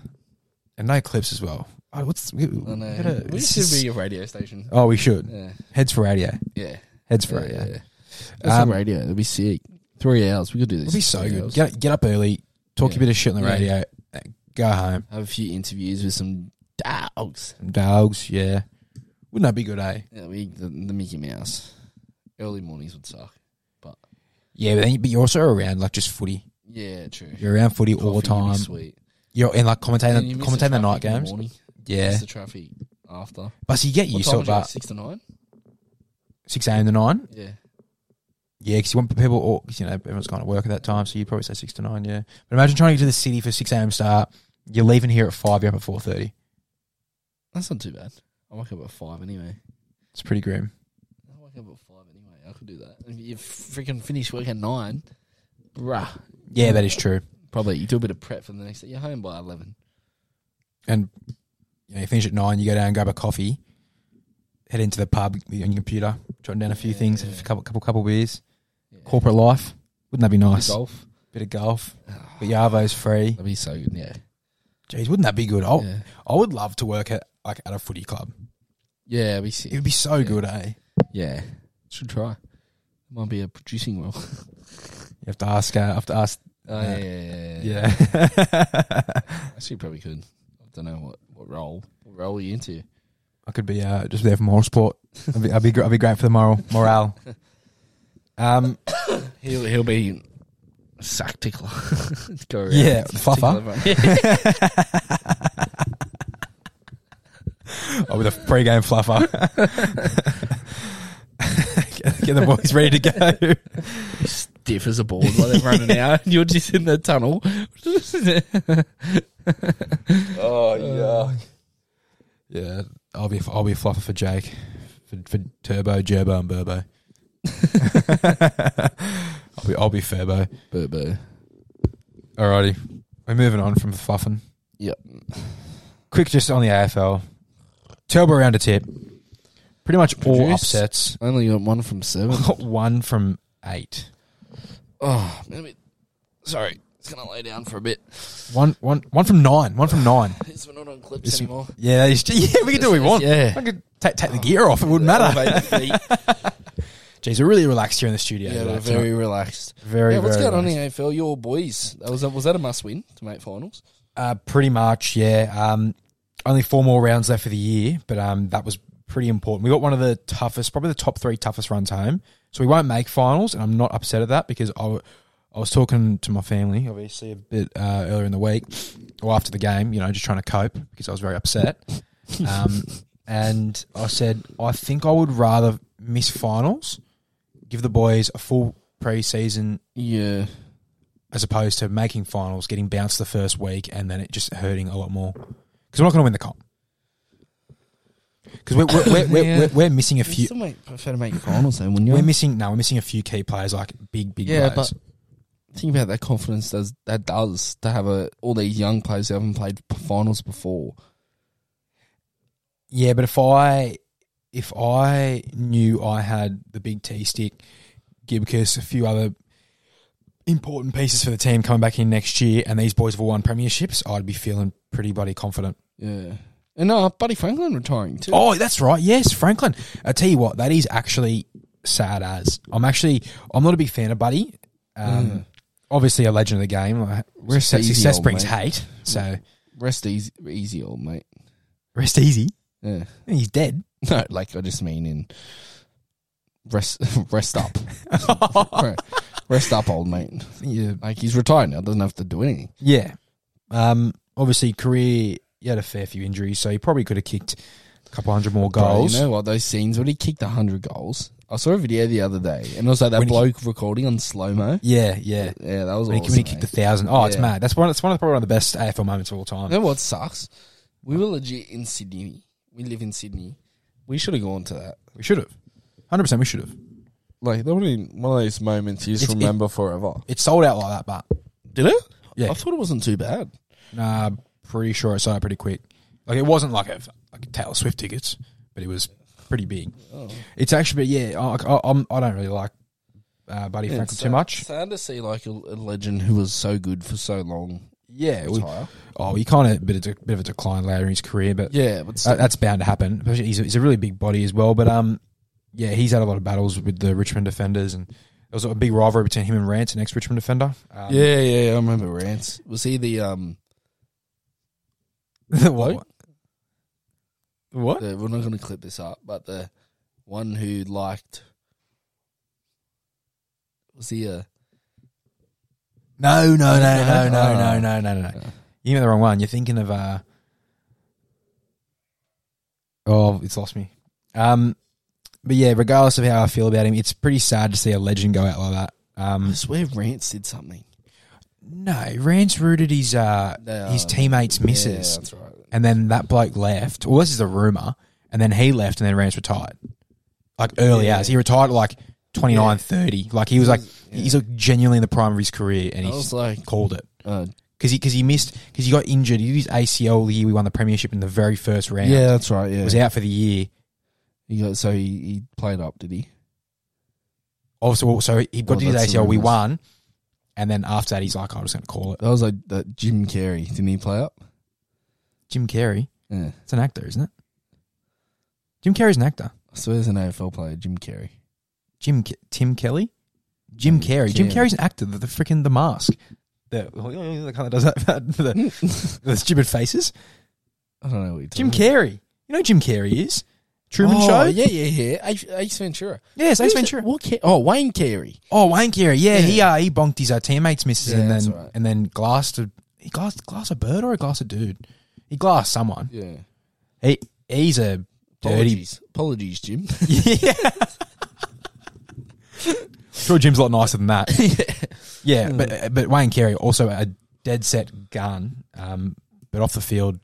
Speaker 2: and no clips as well. Oh, what's we,
Speaker 3: I
Speaker 2: we
Speaker 3: know.
Speaker 2: gotta-
Speaker 3: we
Speaker 2: this
Speaker 3: should
Speaker 2: is-
Speaker 3: be a radio station.
Speaker 2: Oh, we should
Speaker 3: Yeah,
Speaker 2: heads for radio.
Speaker 3: yeah,
Speaker 2: Heads for
Speaker 3: yeah.
Speaker 2: radio.
Speaker 3: yeah. That's on
Speaker 2: Um,
Speaker 3: radio. It'd be sick. Three hours. We could do this.
Speaker 2: It'd be so
Speaker 3: Three
Speaker 2: good.
Speaker 3: hours.
Speaker 2: Get get up early, talk
Speaker 3: Yeah.
Speaker 2: a bit of shit on the
Speaker 3: Yeah.
Speaker 2: radio, uh, go home.
Speaker 3: Have a few interviews with some dogs.
Speaker 2: Dogs, yeah. Wouldn't that be good, eh?
Speaker 3: Yeah, we the, the Mickey Mouse. Early mornings would suck.
Speaker 2: Yeah, but, then, but you're also around like just footy.
Speaker 3: Yeah, true.
Speaker 2: You're around footy all the
Speaker 3: Coffee Oh, would be
Speaker 2: time.
Speaker 3: Sweet.
Speaker 2: You're and like commentating,
Speaker 3: And you miss
Speaker 2: commentating the, night
Speaker 3: traffic in
Speaker 2: games.
Speaker 3: morning.
Speaker 2: yeah,
Speaker 3: Miss the traffic after.
Speaker 2: but so you get
Speaker 3: What
Speaker 2: used
Speaker 3: time
Speaker 2: to
Speaker 3: would
Speaker 2: it.
Speaker 3: you go,
Speaker 2: But
Speaker 3: six to nine.
Speaker 2: six a.m. to nine.
Speaker 3: Yeah.
Speaker 2: Yeah, because you want people, all, 'cause, you know, everyone's going to work at that time, so you probably say six to nine. Yeah, but imagine trying to get to the city for six a.m. start. You're leaving here at five. You're up at four thirty.
Speaker 3: That's not too bad. I wake up at five anyway.
Speaker 2: It's pretty grim.
Speaker 3: I wake up at five anyway. I could do that. If you freaking finish work at nine, bruh.
Speaker 2: Yeah, that is true.
Speaker 3: Probably you do a bit of prep for the next day. You're home by eleven.
Speaker 2: And you, know, you finish at nine. You go down, and grab a coffee, head into the pub on your computer, jotting down a few
Speaker 3: Yeah,
Speaker 2: things,
Speaker 3: yeah.
Speaker 2: have a couple, couple, couple beers.
Speaker 3: Yeah.
Speaker 2: Corporate life, wouldn't that be nice?
Speaker 3: Golf.
Speaker 2: Bit of golf.
Speaker 3: Ah,
Speaker 2: But Yavo's free.
Speaker 3: That'd be so good. Yeah.
Speaker 2: Jeez, wouldn't that be good? I,
Speaker 3: Yeah.
Speaker 2: I would love to work at like at a footy club.
Speaker 3: Yeah, we
Speaker 2: It
Speaker 3: see.
Speaker 2: would be so good, eh?
Speaker 3: Yeah, should try. Might be a producing role. (laughs)
Speaker 2: You have to ask. Uh, I have to ask.
Speaker 3: Oh,
Speaker 2: Yeah.
Speaker 3: yeah, yeah, yeah, yeah.
Speaker 2: Yeah. (laughs)
Speaker 3: Actually, probably could. I don't know what, what role. What role are you into?
Speaker 2: I could be uh, just there for moral support. I'd be, I'd be, gr- I'd be great for the moral morale. Um,
Speaker 3: He'll he'll be sack tickler. (laughs) Go around.
Speaker 2: Yeah,
Speaker 3: Tickle
Speaker 2: fluffer.
Speaker 3: everyone. (laughs)
Speaker 2: oh, with a pre-game fluffer. (laughs) get, get the boys ready to go.
Speaker 3: Stiff as a board, like they're
Speaker 2: (laughs)
Speaker 3: running out. You're just in the tunnel. (laughs)
Speaker 2: Oh yeah. Yeah, I'll be I'll be a fluffer for Jake, for, for Turbo, Gerbo, and Burbo. (laughs) I'll be I'll be Furbo.
Speaker 3: But but
Speaker 2: Alrighty, we're moving on from fluffing.
Speaker 3: Yep.
Speaker 2: Quick, just on the AFL. Turbo round a tip. Pretty much all
Speaker 3: Produce.
Speaker 2: upsets. (laughs)
Speaker 3: I only got one from seven.
Speaker 2: Got one from eight.
Speaker 3: Oh, man, a bit- sorry. It's gonna lay down for a bit.
Speaker 2: One one one from nine. One from nine.
Speaker 3: It's we're not on clips
Speaker 2: It's-
Speaker 3: anymore.
Speaker 2: Yeah, that is, (laughs) yeah, we can do what we want.
Speaker 3: Yeah.
Speaker 2: I could ta- take the gear off. It wouldn't matter.
Speaker 3: (laughs) Elevate the feet.
Speaker 2: Jeez, we're really relaxed here in the studio.
Speaker 3: Yeah,
Speaker 2: today.
Speaker 3: we're very relaxed.
Speaker 2: very.
Speaker 3: yeah, what's
Speaker 2: very
Speaker 3: going on
Speaker 2: relaxed.
Speaker 3: in AFL? Your boys. That was that was that a must win to make finals?
Speaker 2: Uh, pretty much, yeah. Um, only four more rounds left for the year, but um, that was pretty important. We got one of the toughest, probably the top three toughest runs home. So we won't make finals, and I'm not upset at that because I, w- I was talking to my family, obviously, a bit uh, earlier in the week or after the game, you know, just trying to cope because I was very upset. Um, and I said, I think I would rather miss finals, give the boys a full preseason
Speaker 3: Yeah.
Speaker 2: as opposed to making finals, getting bounced the first week, and then it just hurting a lot more. Because we're not going to win the comp. Because we're we're, we're, we're,
Speaker 3: Yeah.
Speaker 2: we're, we're missing a few.
Speaker 3: still make, prefer to make finals then, wouldn't you?
Speaker 2: We're missing no, we're missing a few key players like big big
Speaker 3: Yeah,
Speaker 2: players.
Speaker 3: Think about that confidence does that does to have a all these young players who haven't played p- finals before.
Speaker 2: yeah, but if I if I knew I had the big T stick, Gibcus, a few other important pieces for the team coming back in next year, and these boys have all won premierships, I'd be feeling pretty bloody confident.
Speaker 3: Yeah. And uh, Buddy Franklin retiring too.
Speaker 2: Oh, that's right. Yes, Franklin. I tell you what, that is actually sad as. I'm actually, I'm not a big fan of Buddy. Um, Obviously, a legend of the game. Like,
Speaker 3: We're
Speaker 2: success,
Speaker 3: Mm. easy,
Speaker 2: success
Speaker 3: old
Speaker 2: brings
Speaker 3: mate.
Speaker 2: hate. So
Speaker 3: Rest easy, easy old mate.
Speaker 2: rest easy.
Speaker 3: Yeah.
Speaker 2: He's dead.
Speaker 3: (laughs) No, like I just mean in rest (laughs) rest up. rest up, old mate.
Speaker 2: yeah.
Speaker 3: Like he's retired now, doesn't have to do anything.
Speaker 2: Yeah. Um, obviously, career, he had a fair few injuries, so he probably could have kicked a couple hundred more
Speaker 3: Bro,
Speaker 2: goals.
Speaker 3: you know what? Those scenes when he kicked 100 goals. I saw a video the other day, and also that
Speaker 2: When he-
Speaker 3: bloke recording on slow mo.
Speaker 2: Yeah, yeah.
Speaker 3: Yeah, that was
Speaker 2: When he,
Speaker 3: awesome.
Speaker 2: when he
Speaker 3: eh?
Speaker 2: kicked a thousand. Oh, it's
Speaker 3: Yeah.
Speaker 2: mad. That's one, that's one of, probably one of the best AFL moments of all time.
Speaker 3: You know what sucks? We were legit in Sydney. We live in Sydney. We should have gone to that.
Speaker 2: We should have. 100% we should have.
Speaker 3: Like that would have been one of those moments you just
Speaker 2: It's- it-
Speaker 3: remember forever.
Speaker 2: It sold out like that, but
Speaker 3: Did it?
Speaker 2: Yeah.
Speaker 3: I thought it wasn't too bad.
Speaker 2: Nah, pretty sure it sold out pretty quick. Like it wasn't like a like Taylor Swift
Speaker 3: Oh.
Speaker 2: tickets, but it was pretty big. It's actually, but yeah, I, I, I'm, I don't really like uh, Buddy
Speaker 3: Yeah,
Speaker 2: Frankel
Speaker 3: it's
Speaker 2: too much.
Speaker 3: Sad, sad to see like a, a legend who was so good for so long.
Speaker 2: Yeah, we,
Speaker 3: retire.
Speaker 2: oh, he kind of bit of de- bit of a decline later in his career, but
Speaker 3: yeah, but
Speaker 2: that- that's bound to happen. Especially He's a, he's a really big body as well, but um, yeah, he's had a lot of battles with the Richmond defenders, and there was a big rivalry between him and Rance, an ex Richmond defender. Um,
Speaker 3: yeah, yeah, yeah, I remember Rance. Was he the um?
Speaker 2: (laughs) what? What?
Speaker 3: The, we're not going to clip this up, but the one who liked was he a
Speaker 2: No, no, no, no,
Speaker 3: Oh.
Speaker 2: no, no, no, no, no. You mean the wrong one. You're thinking of uh Oh, it's lost me. Um but yeah, regardless of how I feel about him, it's pretty sad to see a legend go out like that.
Speaker 3: I
Speaker 2: Um
Speaker 3: swear Rance did something.
Speaker 2: no, Rance rooted his uh
Speaker 3: They
Speaker 2: his
Speaker 3: are-
Speaker 2: teammates' misses.
Speaker 3: Yeah, that's right.
Speaker 2: And then that bloke left. Well, this is the rumor. And then he left and then Rance retired. Like early
Speaker 3: Yeah.
Speaker 2: hours. He retired at like 29, 30. Like he was like he's like genuinely in the prime of his career and
Speaker 3: I
Speaker 2: he's
Speaker 3: was like,
Speaker 2: called it.
Speaker 3: uh,
Speaker 2: because he because he missed because he got injured. He did his ACL the year we won the premiership in the very first round.
Speaker 3: yeah, that's right. Yeah,
Speaker 2: was out for the year.
Speaker 3: He got, so he, he played up, did he?
Speaker 2: Also, so he got
Speaker 3: Well,
Speaker 2: to his
Speaker 3: Oh, that's the
Speaker 2: ACL. We
Speaker 3: rumours.
Speaker 2: won, and then after that, he's like, "I'm just going to call it."
Speaker 3: That was like that Jim Carrey. Didn't he play up?
Speaker 2: Jim Carrey.
Speaker 3: Yeah.
Speaker 2: It's an actor, isn't it? Jim Carrey's an actor.
Speaker 3: I swear there's an AFL player, Jim Carrey.
Speaker 2: Jim Ke- Tim Kelly. Jim
Speaker 3: Jim
Speaker 2: Carrey. Jim
Speaker 3: Carrey.
Speaker 2: Carrey's an actor. The, the freaking the mask. The, (laughs) the kind that does that.
Speaker 3: (laughs)
Speaker 2: the, the stupid faces.
Speaker 3: I don't know what you're talking
Speaker 2: Jim Carrey. You know who Jim Carrey is Truman
Speaker 3: oh,
Speaker 2: Show.
Speaker 3: Yeah, yeah, yeah. Ace, Ace Ventura.
Speaker 2: Yes,
Speaker 3: Who's-
Speaker 2: Ace Ventura.
Speaker 3: What, Ca- oh, Wayne Carey.
Speaker 2: Oh, Wayne Carey, yeah, he uh, he bonked his uh, teammates misses
Speaker 3: Yeah,
Speaker 2: and
Speaker 3: that's
Speaker 2: then
Speaker 3: right.
Speaker 2: and then glassed a he glassed glassed a bird or a glass a dude. He glassed someone.
Speaker 3: Yeah.
Speaker 2: He he's a dirty.
Speaker 3: Apologies. Apologies, Jim.
Speaker 2: yeah. (laughs) sure, Jim's a lot nicer than that. (laughs) Hmm. yeah, but uh, but Wayne Carey also a dead set gun, um, but off the field,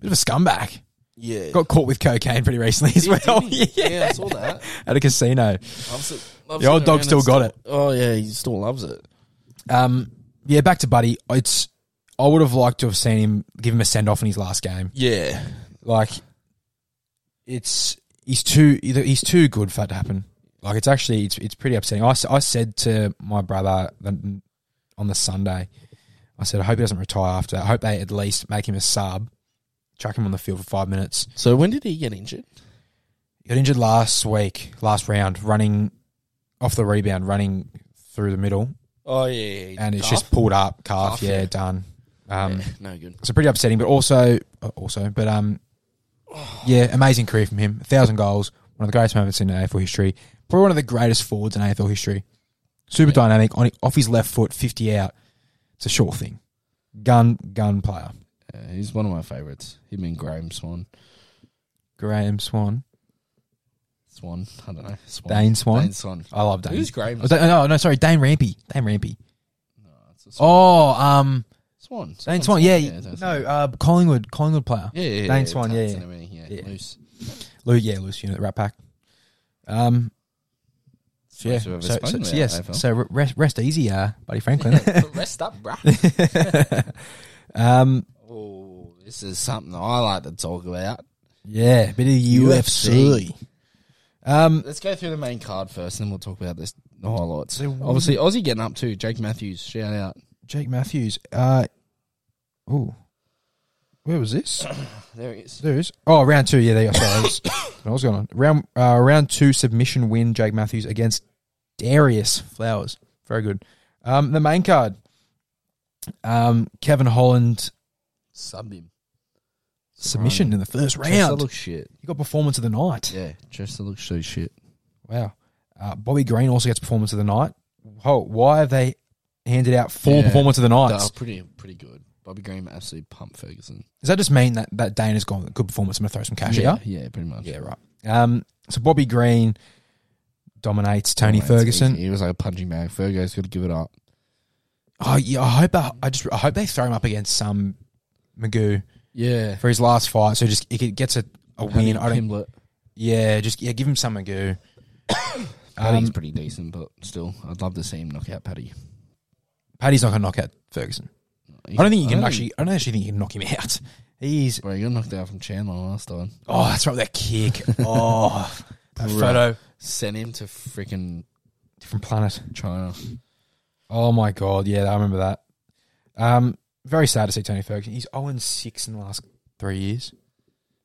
Speaker 2: bit of a scumbag.
Speaker 3: yeah.
Speaker 2: Got caught with cocaine pretty recently as well.
Speaker 3: Didn't
Speaker 2: (laughs) Yeah.
Speaker 3: he? yeah, I saw that.
Speaker 2: At a casino,
Speaker 3: I've se- I've
Speaker 2: the old
Speaker 3: seen
Speaker 2: dog
Speaker 3: around
Speaker 2: still
Speaker 3: and
Speaker 2: got it.
Speaker 3: Oh, yeah, he still loves it.
Speaker 2: Um, yeah, back to Buddy. It's I would have liked to have seen him give him a send off in his last game.
Speaker 3: Yeah.
Speaker 2: Like, it's he's too either- he's too good for that to happen. Like, it's actually it's it's pretty upsetting. I, s- I said to my brother the- on the Sunday, I said I hope he doesn't retire after that. I hope they at least make him a sub, chuck him on the field for five minutes.
Speaker 3: So when did he get injured?
Speaker 2: He got injured last week, last round, running off the rebound, running through the middle,
Speaker 3: Oh, yeah. yeah.
Speaker 2: and it's
Speaker 3: Calf?
Speaker 2: just pulled up calf.
Speaker 3: Calf,
Speaker 2: yeah,
Speaker 3: yeah.
Speaker 2: done. Um,
Speaker 3: Yeah, no good.
Speaker 2: so pretty upsetting, but also uh, also, but um, yeah, amazing career from him. A thousand goals, one of the greatest moments in AFL history. Probably one of the greatest forwards in AFL history. Super dynamic on off his left foot, fifty out. It's a sure thing. Gun gun player,
Speaker 3: Yeah, he's one of my favourites. Him and Graham Swan.
Speaker 2: Graham Swan,
Speaker 3: Swan. I don't know. Swan.
Speaker 2: Dane Swan.
Speaker 3: Dane Swan.
Speaker 2: I love Dane.
Speaker 3: Who's Graham?
Speaker 2: Oh, Dane- no, no, sorry, Dane Rampy. Dane Rampy.
Speaker 3: No, it's a Swan.
Speaker 2: Oh, um,
Speaker 3: Swan. Swan.
Speaker 2: Dane Swan. Yeah,
Speaker 3: Dane
Speaker 2: no,
Speaker 3: Swan.
Speaker 2: uh, Collingwood, Collingwood player.
Speaker 3: yeah, yeah, yeah,
Speaker 2: Dane Swan, yeah,
Speaker 3: Tats
Speaker 2: yeah.
Speaker 3: and everything, yeah,
Speaker 2: Yeah.
Speaker 3: Moose.
Speaker 2: Lou, yeah, Lewis Unit, Rat Pack. Um, so yeah,
Speaker 3: Most
Speaker 2: so,
Speaker 3: we've
Speaker 2: so,
Speaker 3: ever spoken
Speaker 2: so
Speaker 3: about
Speaker 2: yes,
Speaker 3: AFL.
Speaker 2: so rest, rest easy, uh, Buddy Franklin. (laughs)
Speaker 3: Rest up, bruh.
Speaker 2: um,
Speaker 3: Oh, this is something I like to talk about.
Speaker 2: yeah, bit of UFC.
Speaker 3: UFC.
Speaker 2: Um,
Speaker 3: Let's go through the main card first, and then we'll talk about this the
Speaker 2: Oh,
Speaker 3: highlights. Obviously, Aussie getting up too. Jake Matthews, shout out.
Speaker 2: Jake Matthews. Uh, oh, where was this?
Speaker 3: There he is.
Speaker 2: There is. Oh, round two. Yeah, there you go. Sorry, I was, (coughs) I was going on round uh, round two submission win. Jake Matthews against Darius Flowers. Very good. Um, the main card. Um, Kevin Holland
Speaker 3: Sub him.
Speaker 2: submission in the first
Speaker 3: Chester
Speaker 2: round.
Speaker 3: looks shit.
Speaker 2: You got performance of the night.
Speaker 3: Yeah, Chester looks so shit.
Speaker 2: Wow. Uh, Bobby Green also gets performance of the night. Oh, why have they handed out four
Speaker 3: Yeah.
Speaker 2: performance of the nights?
Speaker 3: They're Oh, pretty, pretty good. Bobby Graham absolutely pumped Ferguson.
Speaker 2: Does that just mean that that Dane has gone good performance? I'm gonna throw some cash
Speaker 3: yeah,
Speaker 2: at
Speaker 3: yeah, pretty much.
Speaker 2: you. Yeah, right. Um, so Bobby Green dominates
Speaker 3: Mate,
Speaker 2: Tony
Speaker 3: it's
Speaker 2: Ferguson.
Speaker 3: easy. He was like a punching bag. Fergo's got to give it up.
Speaker 2: Oh, yeah, I hope I, I just I hope they throw him up against some Magoo
Speaker 3: Yeah,
Speaker 2: for his last fight. So just he gets a, a win. I don't.
Speaker 3: Pimblett.
Speaker 2: Yeah, just yeah, give him some Magoo.
Speaker 3: Paddy's
Speaker 2: Um,
Speaker 3: pretty decent, but still, I'd love to see him knock out Paddy.
Speaker 2: Paddy's not gonna knock out Ferguson. I don't think you can actually. I don't actually think you can knock him out. He's
Speaker 3: Bro, you got knocked out from Chandler last time.
Speaker 2: Oh, that's right, with that kick. Oh, that
Speaker 3: Bruh.
Speaker 2: photo.
Speaker 3: Sent him to freaking
Speaker 2: Different planet.
Speaker 3: China.
Speaker 2: Oh my god, yeah, I remember that. Um, very sad to see Tony Ferguson. He's 0 and 6 in the last three years.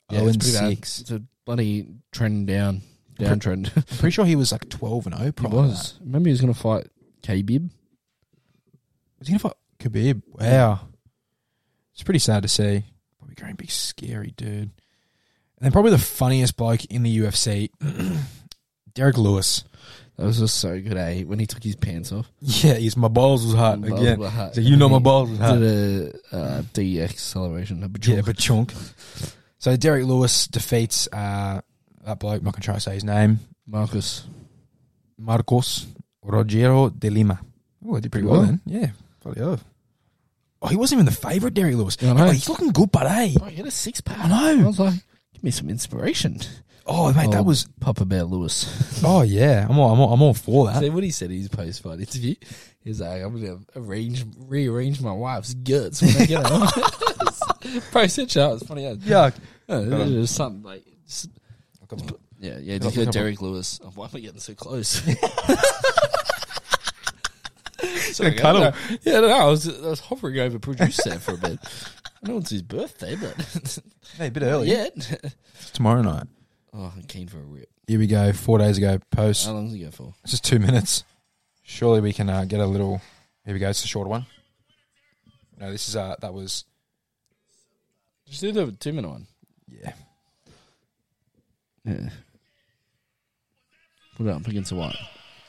Speaker 3: Yeah,
Speaker 2: 0
Speaker 3: it's
Speaker 2: and
Speaker 3: pretty bad.
Speaker 2: 6.
Speaker 3: It's a bloody trend down, (laughs) downtrend.
Speaker 2: I'm pretty sure he was like 12 and 0
Speaker 3: He
Speaker 2: prior to that.
Speaker 3: was. Remember, he was going to fight K Bib.
Speaker 2: Was he going to fight Khabib? Wow. It's pretty sad to see. Bobby Green, big scary dude. And then probably the funniest bloke in the UFC, (clears throat) Derek Lewis.
Speaker 3: That was just so good, eh? When he took his pants off.
Speaker 2: Yeah, he's my balls was hot
Speaker 3: Blah,
Speaker 2: again.
Speaker 3: blah, blah.
Speaker 2: Uh, So you know my
Speaker 3: He
Speaker 2: balls was hot.
Speaker 3: Did a uh, DX celebration. A
Speaker 2: Yeah,
Speaker 3: bajork.
Speaker 2: but chunk. So Derek Lewis defeats uh, that bloke. I'm not gonna try to say his name.
Speaker 3: Marcus.
Speaker 2: Marcos Rogero de Lima. Oh, I did pretty well,
Speaker 3: Well.
Speaker 2: then. Yeah, bloody hell. Oh, he wasn't even the favourite, Derek Lewis.
Speaker 3: Yeah, I know.
Speaker 2: Oh, he's looking good, but hey.
Speaker 3: Bro, he had a six
Speaker 2: I
Speaker 3: pack. I
Speaker 2: know.
Speaker 3: was like, give me some inspiration.
Speaker 2: Oh, mate,
Speaker 3: Oh,
Speaker 2: that was.
Speaker 3: Papa Bear Lewis.
Speaker 2: Oh yeah, I'm all, I'm all, I'm all for that. (laughs)
Speaker 3: See what he said in his post fight interview? He's like, I'm gonna arrange rearrange my wife's guts when
Speaker 2: (laughs)
Speaker 3: I get home. Bro, sit shut up. It's funny. Yeah,
Speaker 2: Yuck.
Speaker 3: No, there's just something like. just-
Speaker 2: Oh, Come on.
Speaker 3: yeah, yeah, just
Speaker 2: Come on,
Speaker 3: go
Speaker 2: come on.
Speaker 3: Derek Lewis. Oh, Why am I getting so (laughs) close? Sorry,
Speaker 2: Yeah, cuddle.
Speaker 3: I don't know. Yeah, no, I was I was hovering over produce there for a (laughs) bit. I know it's his birthday, (laughs) but
Speaker 2: Hey, a bit early.
Speaker 3: yeah. (laughs)
Speaker 2: It's tomorrow night.
Speaker 3: Oh, I'm keen for a rip.
Speaker 2: Here we go. Four days ago, post.
Speaker 3: How long does it go for?
Speaker 2: It's just two minutes. Surely we can uh, get a little. Here we go. It's a short one. No, this is uh that was
Speaker 3: Just do the two minute one.
Speaker 2: yeah.
Speaker 3: Yeah. Put it up against a (laughs) white.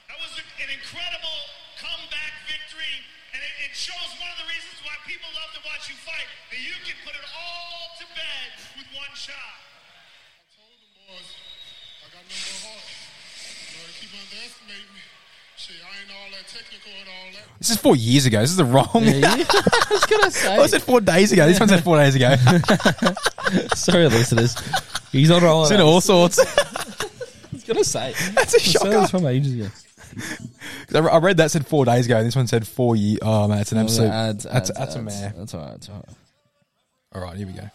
Speaker 1: That was an incredible comeback victory, and it, it shows one of the reasons why people love to watch you fight. That you can put it all to bed with one shot.
Speaker 4: I told them boys, I got no more heart. You know, they keep underestimating me. Shit, I ain't all that technical and all that.
Speaker 2: This is four years ago. This is the wrong. (laughs)
Speaker 3: I was gonna (laughs) say.
Speaker 2: I said four days ago. This one said four days
Speaker 3: (laughs)
Speaker 2: ago.
Speaker 3: Sorry, listeners. He's on (laughs) rolling.
Speaker 2: said all sorts.
Speaker 3: was gonna say.
Speaker 2: That's a
Speaker 3: I said this
Speaker 2: shocker.
Speaker 3: from ages ago.
Speaker 2: 'Cause I I read that said four days ago, and this one said four years. Oh man, it's an absolute.
Speaker 3: Ads,
Speaker 2: that's
Speaker 3: ads,
Speaker 2: that's a
Speaker 3: ads.
Speaker 2: mare.
Speaker 3: That's all right. That's all right.
Speaker 2: All right, here we go.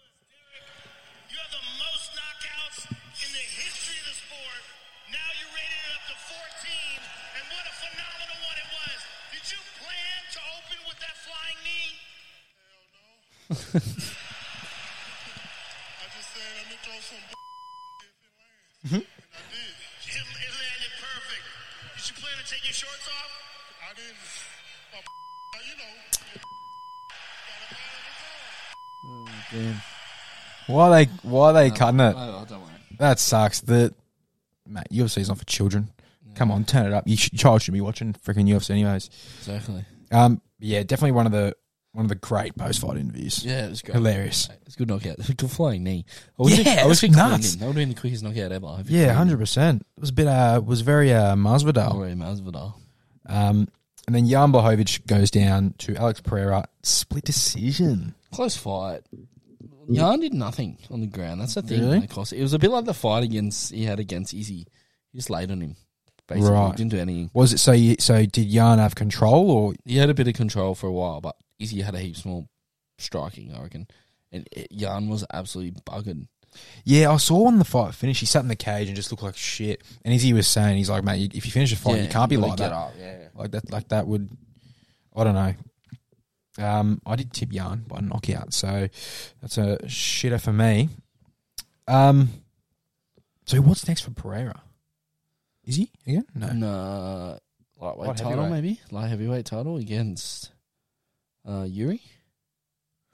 Speaker 1: You have the most knockouts in the history of the sport. Now you rated it up to 14, and what a phenomenal one it was. Did you plan to open with that flying knee?
Speaker 4: Hell no. (laughs) I just said let me throw some b- if it lands. And I did.
Speaker 1: It, it landed perfect. Did you plan to take your shorts off?
Speaker 4: I didn't. My (laughs) b- you know. got a lot of regard.
Speaker 2: Why are they why are they cutting it?
Speaker 3: Oh, don't worry.
Speaker 2: That sucks. The mate, UFC's not for children. Come on, turn it up. You sh- child should be watching freaking UFC anyways.
Speaker 3: Exactly.
Speaker 2: Um, yeah, definitely one of the one of the great post fight interviews.
Speaker 3: Yeah, it was great.
Speaker 2: Hilarious.
Speaker 3: It's a good knockout. Good flying knee. I I
Speaker 2: Yeah, that's
Speaker 3: think cleaned
Speaker 2: nuts.
Speaker 3: him. That would have been the quickest knockout ever. I think
Speaker 2: Yeah,
Speaker 3: cleaned
Speaker 2: hundred
Speaker 3: him.
Speaker 2: percent. It was a bit uh was very uh Masvidal.
Speaker 3: Already Masvidal.
Speaker 2: Um, and then Jan Blahovic goes down to Alex Pereira, split decision.
Speaker 3: Close fight. Yarn did nothing on the ground. That's the thing.
Speaker 2: Really?
Speaker 3: when it cost- It was a bit like the fight against he had against Izzy. He just laid on him. Basically,
Speaker 2: Right.
Speaker 3: didn't do anything.
Speaker 2: Was it so? You, so did Jan have control or
Speaker 3: He had a bit of control for a while, but Izzy had a heaps more striking. I reckon. And it- Yarn was absolutely buggered.
Speaker 2: Yeah, I saw when the fight finished, he sat in the cage and just looked like shit. And as he was saying, he's like, mate, you- if you finish a fight, you can't be
Speaker 3: gotta
Speaker 2: like
Speaker 3: get
Speaker 2: that.
Speaker 3: up, Yeah.
Speaker 2: Like that, like that would, I don't know. Um, I did tip Yarn by knockout, so that's a shitter for me. Um, so what's next for Pereira? Is he again? No. (laughs)
Speaker 3: No, lightweight
Speaker 2: Light
Speaker 3: title
Speaker 2: heavyweight.
Speaker 3: maybe light heavyweight title against uh, Yuri.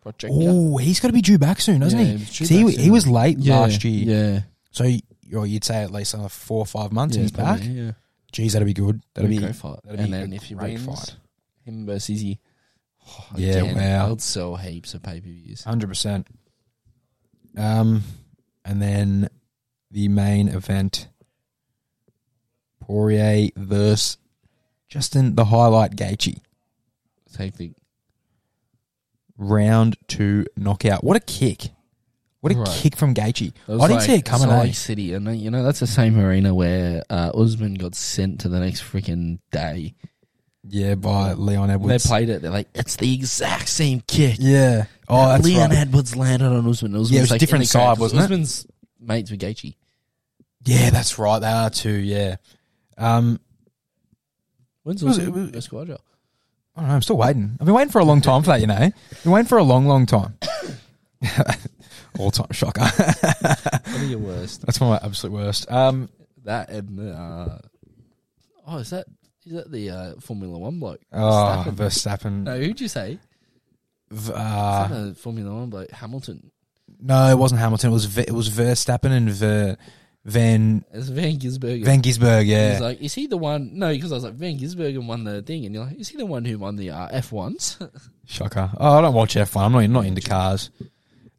Speaker 3: Project.
Speaker 2: Oh, he's got to be due back soon, doesn't
Speaker 3: Yeah,
Speaker 2: he?
Speaker 3: he was due
Speaker 2: 'Cause he,
Speaker 3: back
Speaker 2: he
Speaker 3: soon.
Speaker 2: was late last year,
Speaker 3: Yeah,
Speaker 2: so you, you'd say at least another four or five months,
Speaker 3: yeah,
Speaker 2: and he's back.
Speaker 3: probably, Yeah,
Speaker 2: Geez, that'd be good. That'd be
Speaker 3: great fight.
Speaker 2: that'd
Speaker 3: and
Speaker 2: be
Speaker 3: then
Speaker 2: a
Speaker 3: if he
Speaker 2: great
Speaker 3: wins,
Speaker 2: fight.
Speaker 3: him versus Izzy. Oh,
Speaker 2: Yeah,
Speaker 3: again,
Speaker 2: wow. Uh,
Speaker 3: That would sell heaps of pay per views.
Speaker 2: Hundred percent. Um, and then the main event: Poirier versus Justin, the highlight Gaethje,
Speaker 3: Hectic.
Speaker 2: round two knockout. What a kick! What a
Speaker 3: Right.
Speaker 2: kick from Gaethje. I
Speaker 3: That was
Speaker 2: didn't
Speaker 3: like
Speaker 2: see it coming.
Speaker 3: Salt Lake
Speaker 2: eh?
Speaker 3: City, and then, you know that's the same arena where uh, Usman got sent to the next freaking day.
Speaker 2: Yeah, by Leon
Speaker 3: When they
Speaker 2: Edwards.
Speaker 3: played it, they're like, "It's the exact same kick."
Speaker 2: yeah. Oh, that's
Speaker 3: Leon
Speaker 2: right.
Speaker 3: Edwards landed on Usman. Usman
Speaker 2: Yeah, it was a different side, wasn't it?
Speaker 3: Usman's mates with Gaethje.
Speaker 2: Yeah, that's right. They are too. Yeah. Um,
Speaker 3: When's
Speaker 2: Was
Speaker 3: Lucy
Speaker 2: it- was-
Speaker 3: Esquadra?
Speaker 2: I don't know. I'm still waiting. I've been waiting for a long time for that. You know, been waiting for a long, long time. (laughs) All time shocker. (laughs)
Speaker 3: What are your worst?
Speaker 2: that's one of my absolute worst. Um,
Speaker 3: That and uh, oh, is that is that the uh, Formula One bloke?
Speaker 2: oh,
Speaker 3: Verstappen?
Speaker 2: Verstappen.
Speaker 3: no, who'd you say?
Speaker 2: V- uh,
Speaker 3: Is that the Formula One bloke, Hamilton.
Speaker 2: no, it wasn't Hamilton. It was v- it was Verstappen and Ver, Van
Speaker 3: It's Van Gisbergen.
Speaker 2: Van Gisberg.
Speaker 3: He's
Speaker 2: Yeah,
Speaker 3: like, is he the one? No, because I was like, Van Gisbergen won the thing, and you're like, is he the one who won the uh, F ones? (laughs)
Speaker 2: shocker. Oh, I don't watch F1. I'm not not into cars.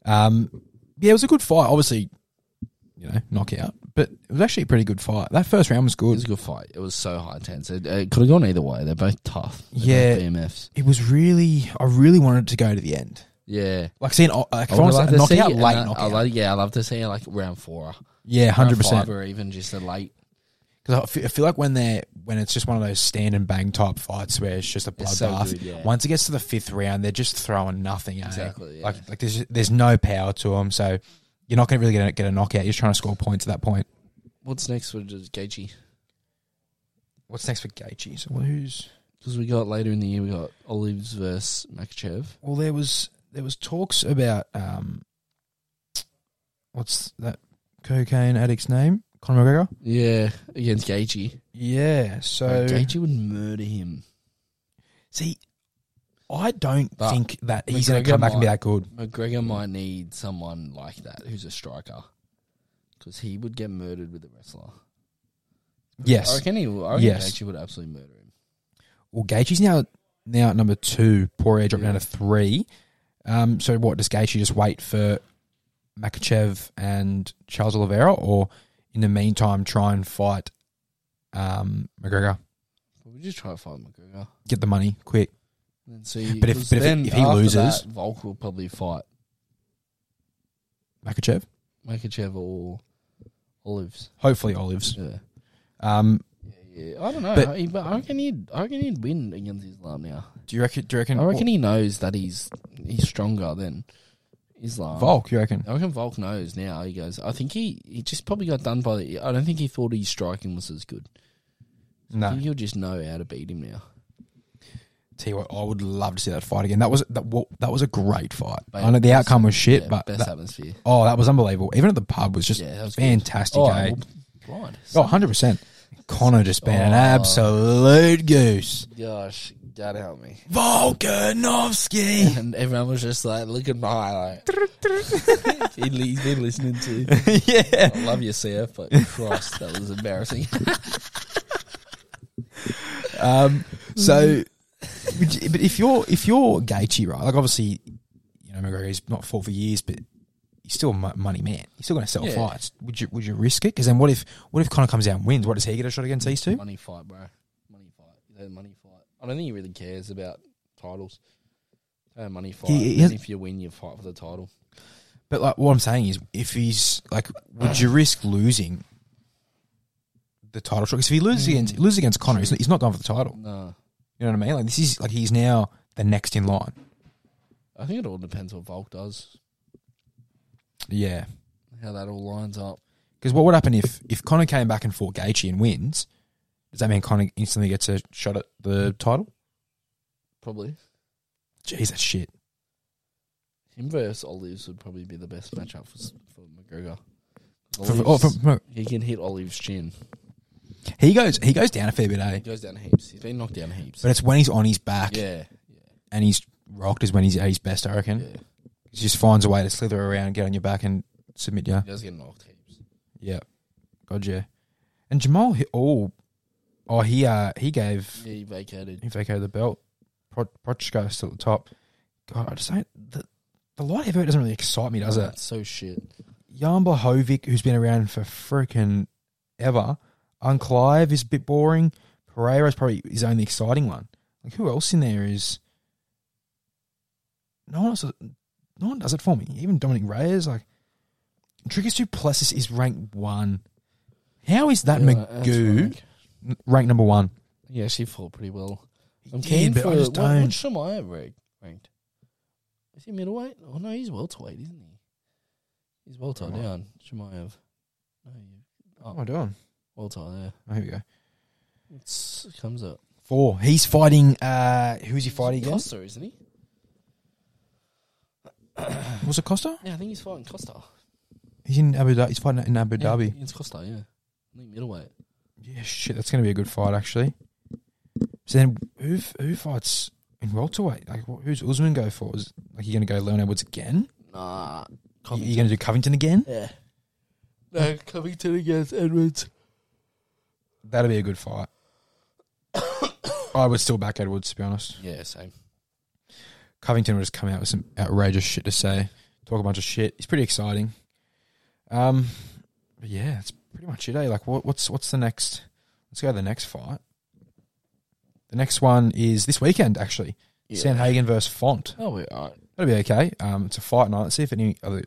Speaker 2: Um, yeah, it was a good fight. Obviously, you know, knockout, but it was actually a pretty good fight. That first round was
Speaker 3: It
Speaker 2: good.
Speaker 3: was a good fight. It was so high tense. It, it could have gone either way. They're both tough. They're
Speaker 2: Yeah.
Speaker 3: both BMFs.
Speaker 2: It was really, I really wanted it to go to the end.
Speaker 3: Yeah.
Speaker 2: Like seeing, like,
Speaker 3: I
Speaker 2: if I
Speaker 3: would
Speaker 2: want
Speaker 3: like
Speaker 2: to
Speaker 3: to
Speaker 2: knock
Speaker 3: see
Speaker 2: out
Speaker 3: it,
Speaker 2: late
Speaker 3: and I- uh, I
Speaker 2: knockout.
Speaker 3: like- yeah, I love to see like round four,
Speaker 2: yeah,
Speaker 3: round five
Speaker 2: hundred percent.
Speaker 3: or even just a late.
Speaker 2: Because I feel, I feel like when they're when it's just one of those stand and bang type fights where it's just a
Speaker 3: It's so
Speaker 2: bloodbath.
Speaker 3: good, yeah.
Speaker 2: Once it gets to the fifth round, they're just throwing nothing. eh?
Speaker 3: Exactly, yeah.
Speaker 2: Like like there's there's no power to them, so you're not going to really get a, get a knockout. You're just trying to score points at that point.
Speaker 3: What's next for just Gaethje?
Speaker 2: What's next for Gaethje? So who's
Speaker 3: Because we got later in the year, we got Olives versus Makachev.
Speaker 2: well? There was there was talks about um, what's that cocaine addict's name? Conor McGregor.
Speaker 3: Yeah, against Gaethje.
Speaker 2: Yeah. So
Speaker 3: Gaethje would murder him.
Speaker 2: See, I don't
Speaker 3: But
Speaker 2: think that he's going
Speaker 3: McGregor
Speaker 2: to come back and be
Speaker 3: might.
Speaker 2: that good.
Speaker 3: McGregor might need someone like that who's a striker, because he would get murdered with a wrestler. I
Speaker 2: Yes.
Speaker 3: reckon he. will- I reckon
Speaker 2: Yes.
Speaker 3: Gaethje would absolutely murder him.
Speaker 2: Well, Gaethje's now now at number two. Poirier dropped
Speaker 3: Yeah.
Speaker 2: down to three. Um, so what does Gaethje just wait for Makachev and Charles Oliveira, or in the meantime try and fight um, McGregor,
Speaker 3: But we just try to fight McGregor.
Speaker 2: get the money quick?
Speaker 3: And see,
Speaker 2: But if-
Speaker 3: 'cause
Speaker 2: but if-
Speaker 3: then
Speaker 2: if he
Speaker 3: after
Speaker 2: loses-
Speaker 3: that, Volk will probably fight
Speaker 2: Makachev,
Speaker 3: Makachev or Olives.
Speaker 2: hopefully Olives.
Speaker 3: Yeah.
Speaker 2: Um,
Speaker 3: Yeah, I don't know.
Speaker 2: But-
Speaker 3: he, but I reckon he'd, I reckon he'd win against Islam now.
Speaker 2: do you reckon? Do you reckon?
Speaker 3: I reckon he knows that he's he's stronger than Islam.
Speaker 2: Volk. You reckon?
Speaker 3: I reckon Volk knows now. He goes. I think he, he just probably got done by the. I don't think he thought his striking was as good. I
Speaker 2: No.
Speaker 3: think he'll just know how to beat him now.
Speaker 2: Tell you what, I would love to see that fight again. That was that. wa- That was a great fight.
Speaker 3: Mate,
Speaker 2: I know the outcome was shit,
Speaker 3: Yeah,
Speaker 2: but
Speaker 3: best
Speaker 2: that-
Speaker 3: atmosphere.
Speaker 2: Oh, that was unbelievable. Even at the pub was just
Speaker 3: Yeah, that was good.
Speaker 2: fantastic.
Speaker 3: Oh,
Speaker 2: eh?
Speaker 3: well, blind.
Speaker 2: Oh, 100%. Connor just been an
Speaker 3: Oh.
Speaker 2: absolute goose.
Speaker 3: Gosh, God help me. (laughs)
Speaker 2: Volkanovski.
Speaker 3: And everyone was just like, look at my like. (laughs) he, he's been listening
Speaker 2: (laughs)
Speaker 3: to.
Speaker 2: yeah.
Speaker 3: I love your CF,
Speaker 2: (laughs)
Speaker 3: but Christ, that was embarrassing.
Speaker 2: Um, so, would you- but if you're if you're Gaethje, right? Like obviously, you know McGregor's not fought for years, but he's still a mo- money man. He's still going to sell
Speaker 3: Yeah.
Speaker 2: fights. Would you would you risk it? Because then what if what if Connor comes out and wins? What does he get a shot against these two?
Speaker 3: Money fight, bro. Money fight. They're the money fight. I don't think he really cares about titles. They're money fight.
Speaker 2: He- he
Speaker 3: And
Speaker 2: has-
Speaker 3: if you win, you fight for the title.
Speaker 2: But like what I'm saying is, if he's like, would
Speaker 3: (clears throat)
Speaker 2: you risk losing the title shot? Because if he loses
Speaker 3: Mm.
Speaker 2: against loses against Connor, he's, he's not going for the title.
Speaker 3: No.
Speaker 2: You know what I mean? Like this is like he's now the next in line.
Speaker 3: I think it all depends what Volk does,
Speaker 2: Yeah.
Speaker 3: how that all lines up.
Speaker 2: Because what would happen if if Connor came back and fought Gaethje and wins? Does that mean Connor instantly gets a shot at the title?
Speaker 3: Probably.
Speaker 2: Jeez, that's shit.
Speaker 3: Him versus Olives would probably be the best matchup for, for McGregor.
Speaker 2: For- for-
Speaker 3: Olives-
Speaker 2: oh, for-
Speaker 3: he can hit Olive's chin.
Speaker 2: he goes he goes down a fair bit, eh?
Speaker 3: He goes down heaps. He's been knocked down heaps.
Speaker 2: But it's when he's on his back
Speaker 3: Yeah.
Speaker 2: and he's rocked is when he's at his best. I reckon.
Speaker 3: Yeah.
Speaker 2: He just finds a way to slither around, get on your back, and submit you.
Speaker 3: He does get knocked heaps.
Speaker 2: Yeah. God, yeah. And Jamal, he, oh, oh, he uh, he gave
Speaker 3: Yeah, he vacated.
Speaker 2: he vacated the belt. Pro- Prochko still at the top. God, I just don't. The, the light heavyweight doesn't really excite me, does it?
Speaker 3: That's so shit.
Speaker 2: Jan Blahovic, who's been around for freaking ever. Unclive is a bit boring. Pereira's probably his only exciting one. Like who else in there is? No one else. No one does it for me. Even Dominic Reyes, like Drickus Duplessis, is ranked one. How is that
Speaker 3: Yeah, that's
Speaker 2: Magoo
Speaker 3: right.
Speaker 2: n- ranked number one?
Speaker 3: He actually fought pretty well. I'm
Speaker 2: Yeah,
Speaker 3: keen
Speaker 2: but
Speaker 3: for
Speaker 2: I just
Speaker 3: what- what's
Speaker 2: don't.
Speaker 3: Shamaya rank- ranked? Is he middleweight? Oh no, he's welterweight, isn't he? He's welter
Speaker 2: Right.
Speaker 3: down. Shamayev. No, you-
Speaker 2: What am I doing?
Speaker 3: All time, yeah.
Speaker 2: Oh, here we go.
Speaker 3: It's, it comes up.
Speaker 2: Four. He's fighting. Uh, who's he fighting against?
Speaker 3: Costa, isn't he?
Speaker 2: Was it Costa?
Speaker 3: Yeah, I think he's fighting Costa.
Speaker 2: He's in Abu Dhabi. He's fighting in Abu
Speaker 3: Yeah,
Speaker 2: Dhabi.
Speaker 3: It's Costa, yeah. I think middleweight.
Speaker 2: Yeah, shit. That's going to be a good fight, actually. So then, who f- who fights in welterweight? Like, wh- who's Usman go for? Is like you going to go Leon Edwards again?
Speaker 3: Nah.
Speaker 2: You, are going to do Covington again?
Speaker 3: Yeah. No, Covington against Edwards.
Speaker 2: That'll be a good fight. I would still back Edwards to be
Speaker 3: (coughs)
Speaker 2: honest.
Speaker 3: Yeah, same.
Speaker 2: Covington would just come out with some outrageous shit to say, talk a bunch of shit. It's pretty exciting. Um, but yeah, that's pretty much it. Eh? Like, what, what's what's the next? Let's go to the next fight. The next one is this weekend, actually.
Speaker 3: Yeah.
Speaker 2: Sanhagen versus Font.
Speaker 3: Oh, we are.
Speaker 2: That'll be okay. Um, it's a fight night. Let's see if any other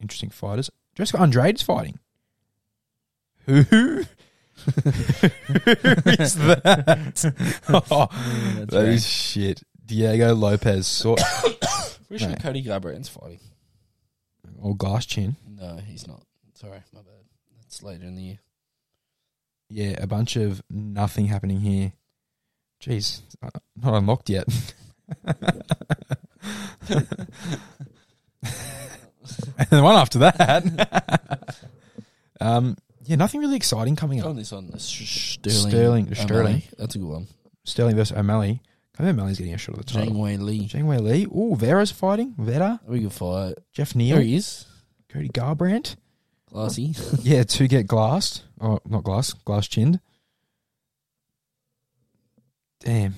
Speaker 2: interesting fighters. Jessica Andrade's fighting. Who? (laughs) Who is that? Oh, that
Speaker 3: right.
Speaker 2: is shit. Diego Lopez sort
Speaker 3: (coughs) Pretty sure
Speaker 2: Mate.
Speaker 3: Cody Garbrandt fighting.
Speaker 2: or glass chin.
Speaker 3: No, he's not. Sorry, my bad. That's later in the year.
Speaker 2: Yeah, a bunch of nothing happening here. Jeez, uh, not unlocked yet. (laughs) and the one after that. (laughs) um, yeah, nothing really exciting coming
Speaker 3: Find
Speaker 2: up.
Speaker 3: this on the Sh- Sterling. E.
Speaker 2: Sterling- O'Malley.
Speaker 3: That's a good one.
Speaker 2: Sterling versus O'Malley. I think O'Malley's getting a shot at the
Speaker 3: Jang
Speaker 2: title.
Speaker 3: Wei Lee.
Speaker 2: Jang Wei Lee. Ooh, Vera's fighting. Vera.
Speaker 3: We could fight.
Speaker 2: Jeff
Speaker 3: There
Speaker 2: Neal.
Speaker 3: he is.
Speaker 2: Cody Garbrandt. (laughs)
Speaker 3: Classy.
Speaker 2: Yeah, to get glassed. Oh, not glass, glass chinned. Damn.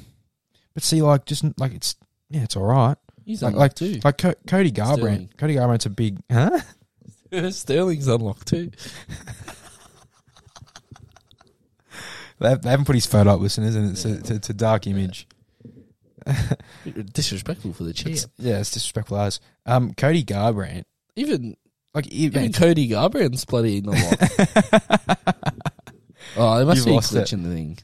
Speaker 2: But see, like, just like it's yeah, it's all right.
Speaker 3: He's
Speaker 2: Like,
Speaker 3: unlocked
Speaker 2: like,
Speaker 3: too.
Speaker 2: like Co- Cody
Speaker 3: Sterling.
Speaker 2: Garbrandt. Cody Garbrandt's a big, huh?
Speaker 3: (laughs) Sterling's unlocked too.
Speaker 2: They, they haven't put his photo up, listeners, and it's a, it's a, it's a dark image.
Speaker 3: Bit Disrespectful for the champ.
Speaker 2: It's- yeah, it's disrespectful as. Um, Cody Garbrandt,
Speaker 3: Even
Speaker 2: like, it,
Speaker 3: even Cody Garbrandt's bloody not
Speaker 2: (laughs)
Speaker 3: locked. oh, there must
Speaker 2: You've
Speaker 3: be a
Speaker 2: lost
Speaker 3: glitch
Speaker 2: it.
Speaker 3: in the thing.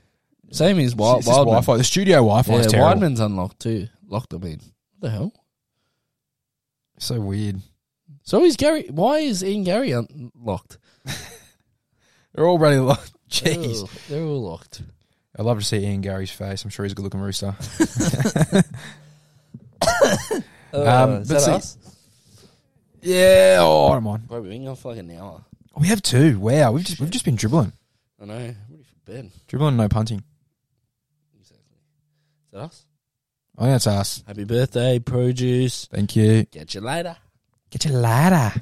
Speaker 3: Same as
Speaker 2: it's
Speaker 3: Wild,
Speaker 2: just Wi-Fi.
Speaker 3: Wildman.
Speaker 2: The studio Wi-Fi
Speaker 3: Yeah,
Speaker 2: is terrible.
Speaker 3: Wildman's unlocked too. Locked them in. What the hell?
Speaker 2: So weird.
Speaker 3: So is Gary. Why is Ian Gary unlocked?
Speaker 2: They're all really (laughs) locked.
Speaker 3: (laughs)
Speaker 2: Jeez.
Speaker 3: Oh, they're all locked.
Speaker 2: I'd love to see Ian Gary's face. I'm sure he's a good-looking rooster.
Speaker 3: Uh,
Speaker 2: Um,
Speaker 3: is
Speaker 2: but
Speaker 3: that
Speaker 2: see-
Speaker 3: us?
Speaker 2: yeah. Oh, I don't mind.
Speaker 3: Bro, we've been going for like an hour.
Speaker 2: We have two. Wow, we've just we've just been dribbling,
Speaker 3: I know. What have you been?
Speaker 2: dribbling, no punting.
Speaker 3: Exactly. Is that us?
Speaker 2: I think Oh, that's us.
Speaker 3: Happy birthday, produce.
Speaker 2: Thank you.
Speaker 3: Catch you later.
Speaker 2: Get your ladder.